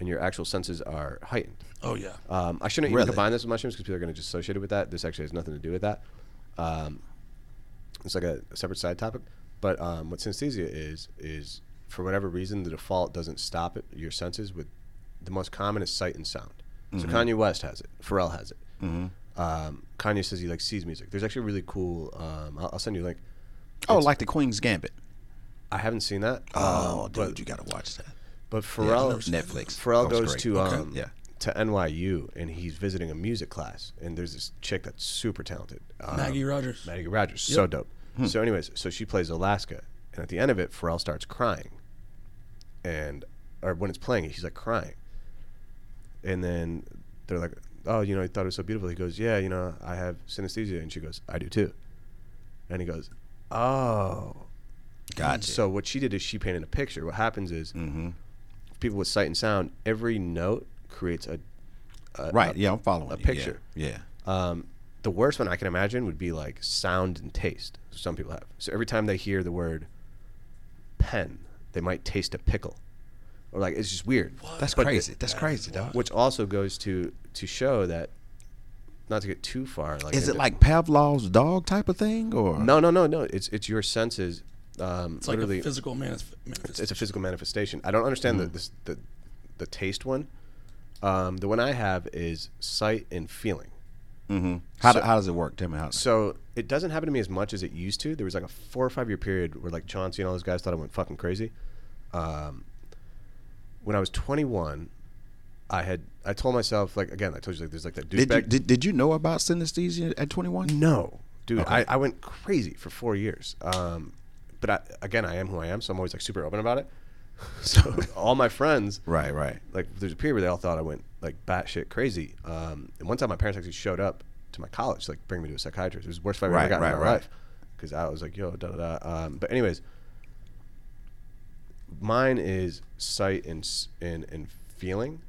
and your actual senses are heightened. Oh yeah. Um, I shouldn't Really? even combine this with mushrooms because people are going to just associate it with that. This actually has nothing to do with that. Um, it's like a separate side topic. But um, what synesthesia is is for whatever reason the default doesn't stop it, your senses with the most common is sight and sound. So Mm-hmm. Kanye West has it. Pharrell has it. Um, Kanye says he like sees music. There's actually a really cool. Um, I'll, I'll send you a link. Oh, like the Queen's Gambit. I haven't seen that. Oh, um, dude, but, you got to watch that. but Pharrell Netflix. Pharrell That was goes great. to Okay. um, Yeah. to NYU and he's visiting a music class and there's this chick that's super talented, Uh, um, Maggie Rogers. Maggie Rogers, so dope. Hmm. So, anyways, so she plays Alaska, and at the end of it, Pharrell starts crying, and or when it's playing, he's like crying, and then they're like, "Oh, you know, he thought it was so beautiful." He goes, "Yeah, you know, I have synesthesia," and she goes, "I do too," and he goes, "Oh." Gotcha. So what she did is she painted a picture. What happens is Mm-hmm. people with sight and sound, every note creates a. right. yeah, I'm following. a you. Yeah, picture. Yeah. The worst one I can imagine would be like sound and taste. Some people have. So every time they hear the word pen, they might taste a pickle, or like it's just weird. That's But the- crazy. That's crazy, dog. which also goes to to show that, not to get too far. Like Is it into- like Pavlov's dog type of thing, or No, no, no, no. It's it's your senses. Um, It's like literally, a physical manif- manifest. it's, it's a physical manifestation. I don't understand the, this, the the taste one. Um, the one I have is sight and feeling. How, do, how does it work? Tell me how. So it doesn't happen to me as much as it used to. There was like a four or five year period where like Chauncey and all those guys thought I went fucking crazy. Um, when I was 21, I had I told myself like again I told you like there's like that Did you, douchebag. did, did you know about synesthesia at 21? No, dude, I, I went crazy for four years. Um, but I, again, I am who I am, so I'm always like super open about it. So all my friends Right, right. like there's a period where they all thought I went like batshit crazy. Um, and one time my parents actually showed up to my college to like bring me to a psychiatrist. It was the worst fight I've Right, ever gotten in right, my right. life because I was like, yo, da da da. Um, but anyways, mine is sight and s- and and feeling.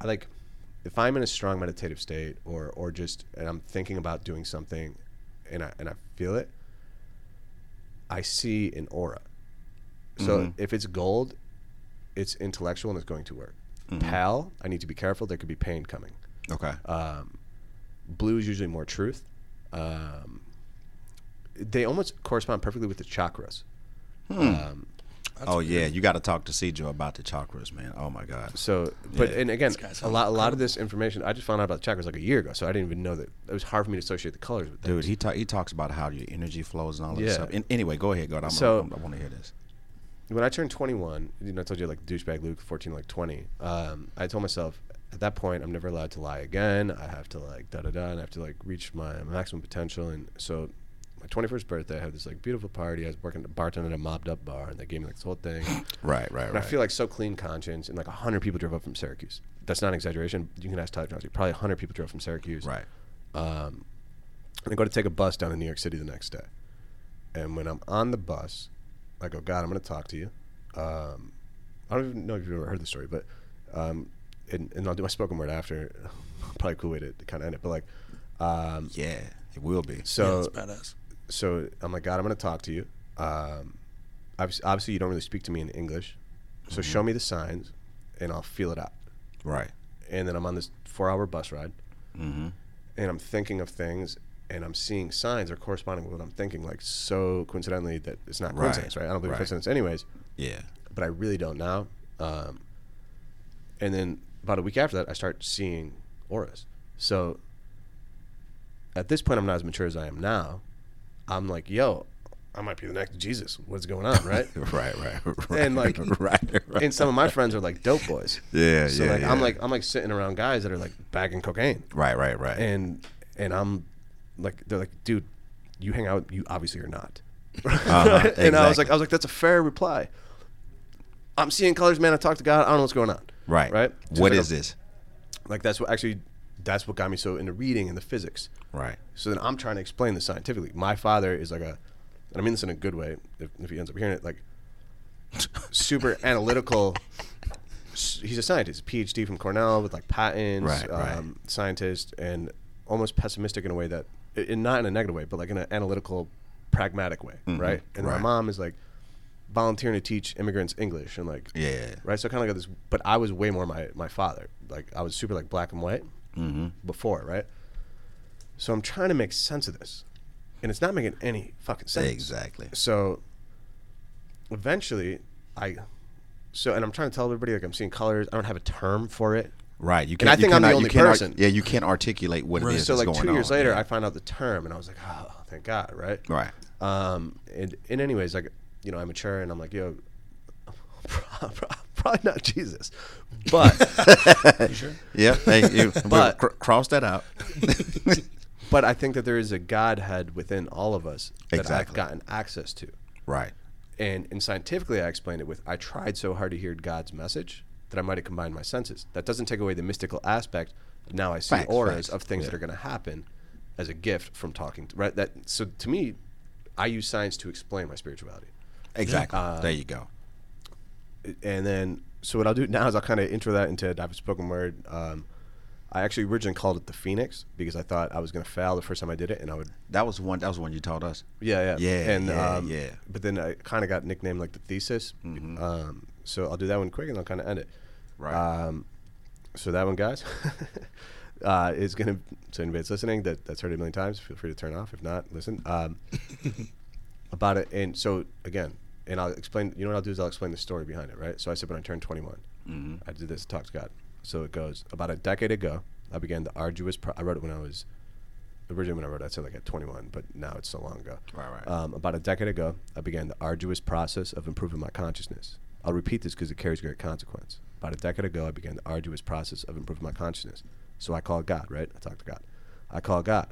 I like if I'm in a strong meditative state or or just and I'm thinking about doing something, and I and I feel it. I see an aura. So Mm-hmm. if it's gold, it's intellectual and it's going to work. Mm-hmm. Pal, I need to be careful. There could be pain coming. Okay. Blue is usually more truth. Um, they almost correspond perfectly with the chakras. oh yeah, you got to talk to Cedro about the chakras, man. Oh my God. So, but Yeah. and again, guy's a lot, a lot of this information I just found out about the chakras like a year ago. So I didn't even know that it was hard for me to associate the colors with that. Dude, he ta- he talks about how your energy flows and all that Yeah. stuff. And anyway, go ahead, God. I'm, So- I'm- i want to hear this. when I turned 21, you know, I told you like douchebag Luke, 14, like 20. Um, I told myself at that point, I'm never allowed to lie again. I have to like da da da, and I have to like reach my maximum potential. And so, my 21st birthday, I had this like beautiful party. I was working bartending at a mobbed up bar, and they gave me like this whole thing. Right, right, And I feel like so clean conscience, and like 100 people drove up from Syracuse. That's not an exaggeration. You can ask Todd Johnson. Probably 100 people drove from Syracuse. right. And I go to take a bus down to New York City the next day. And when I'm on the bus, I go, God, I'm going to talk to you. Um, I don't even know if you've ever heard the story, but, um, and, and I'll do my spoken word after. Probably a cool way to, to kind of end it. But like, um, Yeah, it will be. so yeah, that's badass. so I'm like, God, I'm going to talk to you. Um, obviously, obviously, you don't really speak to me in English. So show me the signs and I'll feel it out. Right. And then I'm on this four hour bus ride Mm-hmm. and I'm thinking of things and I'm seeing signs are corresponding with what I'm thinking, like so coincidentally that it's not Right. coincidence, right? I don't believe Right. coincidence, anyways, Yeah. but I really don't now. Um, and then about a week after that, I start seeing auras. So at this point, I'm not as mature as I am now. I'm like, yo, I might be the next Jesus. What's going on, right? Right, right, right. And, like- right, right. and some of my friends are like dope boys. Yeah, So yeah, like yeah. I'm like I'm like sitting around guys that are like bagging cocaine, right, right, right. and and I'm like they're like, dude, you hang out, you obviously are not. Uh-huh, and I was exactly. like, I was like, that's a fair reply. I'm seeing colors, man. I talk to God. I don't know what's going on. right, Right. So What it's like is a- this? Like that's what actually that's what got me so into reading and the physics. Right. So then I'm trying to explain this scientifically. My father is like a, and I mean this in a good way. If, if he ends up hearing it, like super analytical. s- He's a scientist, PhD from Cornell with like patents, um, Right, right. scientist, and almost pessimistic in a way that, and not in a negative way, but like in an analytical, pragmatic way, right? And my Mm-hmm. right. mom is like volunteering to teach immigrants English and like Yeah. right? So I kind of got this, but I was way more my my father. Like I was super like black and white Mm-hmm. before, right? So I'm trying to make sense of this, and it's not making any fucking sense. Exactly. So eventually, I so and I'm trying to tell everybody like I'm seeing colors. I don't have a term for it. Right. You And I you think I'm the cannot- you only cannot- person. yeah, you can't articulate what it is. so that's like going two years on. later, Yeah. I find out the term, and I was like, oh, thank God, right? right. Um, and and anyways, like you know, I mature, and I'm like, yo. Probably not Jesus, but You sure? Yeah. Hey, you, But- cr- cross that out. But I think that there is a Godhead within all of us that Exactly. I've gotten access to. right. And, and scientifically, I explained it with I tried so hard to hear God's message that I might have combined my senses. That doesn't take away the mystical aspect. Now I see Facts, auras facts. of things that are going to happen as a gift from talking. To, right? That so to me, I use science to explain my spirituality. Exactly. Uh, there you go. and then so what I'll do now is I'll kind of intro that into David spoken word. Um, I actually originally called it the Phoenix because I thought I was going to fail the first time I did it, and I would That was one. That was one you taught us. Yeah, yeah, Yeah, and, yeah, um, yeah. Mm-hmm. But then I kind of got nicknamed like the thesis. Um, so I'll do that one quick, and I'll kind of end it. Right. So that one, guys, uh, is gonna. So anybody's listening that that's heard it a million times, feel free to turn off. If not, listen. Um, about it, and so again, and I'll explain. You know what I'll do is I'll explain the story behind it, right? So I said when I turned 21, Mm-hmm. I did this talk to God. So it goes about a decade ago. I began the arduous. Pro- I wrote it when I was originally when I wrote it. I said like at 21, but now it's so long ago. Right, right. Um, about a decade ago, I began the arduous process of improving my consciousness. I'll repeat this because it carries great consequence. About a decade ago, I began the arduous process of improving my consciousness. So I called God, right? I talked to God. I called God,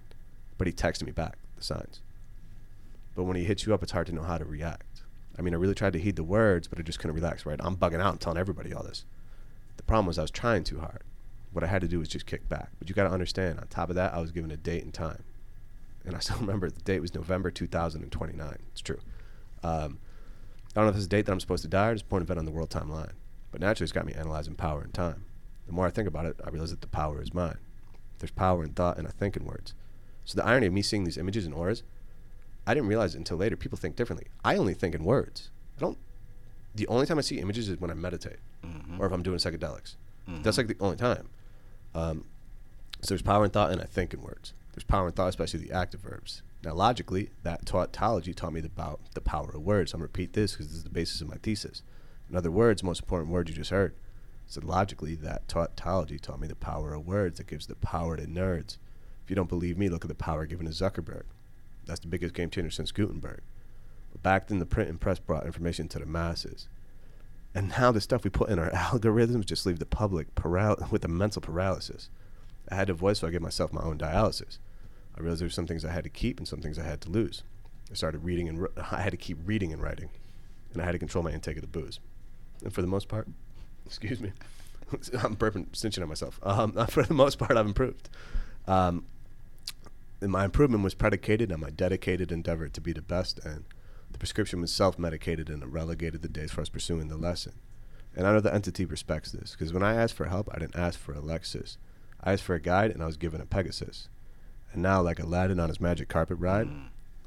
but he texted me back the signs. But when he hits you up, it's hard to know how to react. I mean, I really tried to heed the words, but I just couldn't relax, right? I'm bugging out and telling everybody all this. The problem was I was trying too hard. What I had to do was just kick back. But you got to understand, on top of that, I was given a date and time. And I still remember the date was November 2029. It's true. Um, I don't know if it's a date that I'm supposed to die or just point of event on the world timeline. But naturally, it's got me analyzing power and time. The more I think about it, I realize that the power is mine. There's power in thought, and I think in words. So the irony of me seeing these images and auras, I didn't realize until later. People think differently. I only think in words. I don't. The only time I see images is when I meditate, or if I'm doing psychedelics. That's like the only time. Um, so there's power in thought, and I think in words. There's power in thought, especially the active verbs. Now, logically, that tautology taught me about the power of words. I'm gonna repeat this because this is the basis of my thesis. In other words, most important word you just heard. So logically, that tautology taught me the power of words that gives the power to nerds. If you don't believe me, look at the power given to Zuckerberg. That's the biggest game changer since Gutenberg. But back then, the print and press brought information to the masses. And now the stuff we put in our algorithms just leave the public paral- with a mental paralysis. I had to voice, so I gave myself my own dialysis. I realized there were some things I had to keep and some things I had to lose. I started reading and wr- I had to keep reading and writing, and I had to control my intake of the booze. And for the most part, excuse me, I'm burping, snitching on myself. Um, for the most part, I've improved. Um, and my improvement was predicated on my dedicated endeavor to be the best, and the prescription was self medicated and it relegated the days for us pursuing the lesson. And I know the entity respects this because when I asked for help, I didn't ask for Alexis. I asked for a guide and I was given a Pegasus. And now, like Aladdin on his magic carpet ride,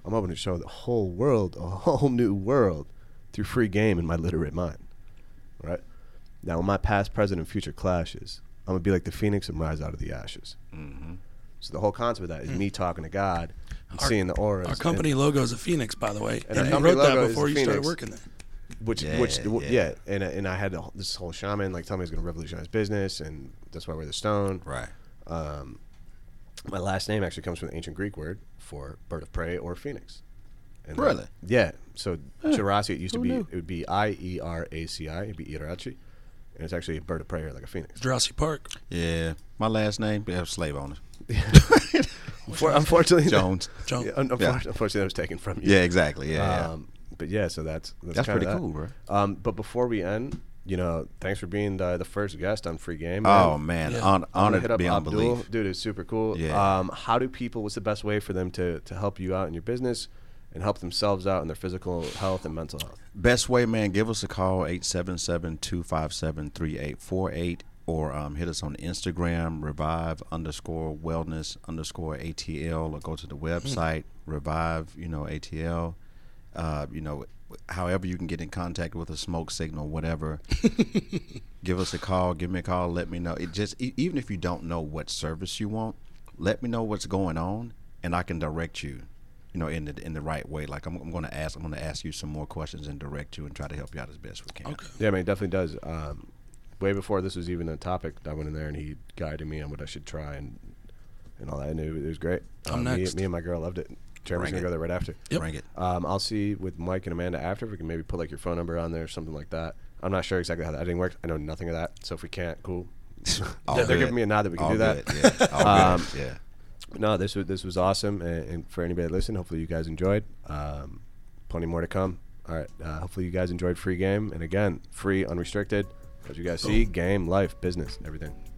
I'm hoping to show the whole world a whole new world through free game in my literate mind. Right? Now, when my past, present, and future clashes, I'm going to be like the phoenix and rise out of the ashes. So the whole concept of that is me talking to God and Mm-hmm. Hmm. Our- seeing the auras. Our and- company logo is a phoenix, by the way. And And, our you company wrote that logo is before a you started phoenix. working there. which Yeah, which w- yeah. yeah. and I- and I had the wh- this whole shaman like tell me he's gonna revolutionize business and that's why we're the stone. Right. My last name actually comes from the ancient Greek word for bird of prey or phoenix, And uh, Really? yeah. So Jiraci, it used to who be, knew? it would be I E R A C I, it'd be Irachi. And it's actually a bird of prey or like a phoenix. Jurassic Park. Yeah. My last name, yeah, slave owner. For, unfortunately, Jones. Jones. Yeah, un- unfor- Unfortunately, that was taken from you. Yeah, exactly. Yeah. yeah. Um, but yeah, so that's that's, That's kinda pretty that. cool, bro. Um, but before we end, you know, thanks for being the, the first guest on Free Game. oh man. man, Yeah. Hon- I'm gonna honored beyond Abdul. belief. dude. It's super cool. Yeah. Um, how do people? What's the best way for them to to help you out in your business and help themselves out in their physical health and mental health? Best way, man, give us a call 877-257-3848 or um, hit us on Instagram revive underscore wellness underscore ATL or go to the website revive you know ATL. Uh, you know, however you can get in contact with a smoke signal, whatever. give us a call. Give me a call. Let me know. It just e- even if you don't know what service you want, let me know what's going on, and I can direct you. You know, in the in the right way. Like I'm, I'm going to ask. I'm going to ask you some more questions and direct you and try to help you out as best we can. Okay. Yeah, I mean, it definitely does. Um, way before this was even a topic, I went in there and he guided me on what I should try and and all that. And it, was- it was great. Um, I'm me- next. Me, and my girl loved it. Jeremy's Bring gonna it. go there right after. Yep. Bring it. Um, I'll see with Mike and Amanda after if we can maybe put like your phone number on there or something like that. I'm not sure exactly how that editing works. I know nothing of that. So if we can't, cool. All They're good. giving me a nod that we can All do that. good, Yeah. All Um, good. Yeah. No, this was this was awesome, and, and for anybody that listened, hopefully you guys enjoyed. Um, plenty more to come. All right, uh, hopefully you guys enjoyed free game, and again, free unrestricted. As you guys see, game, life, business, everything.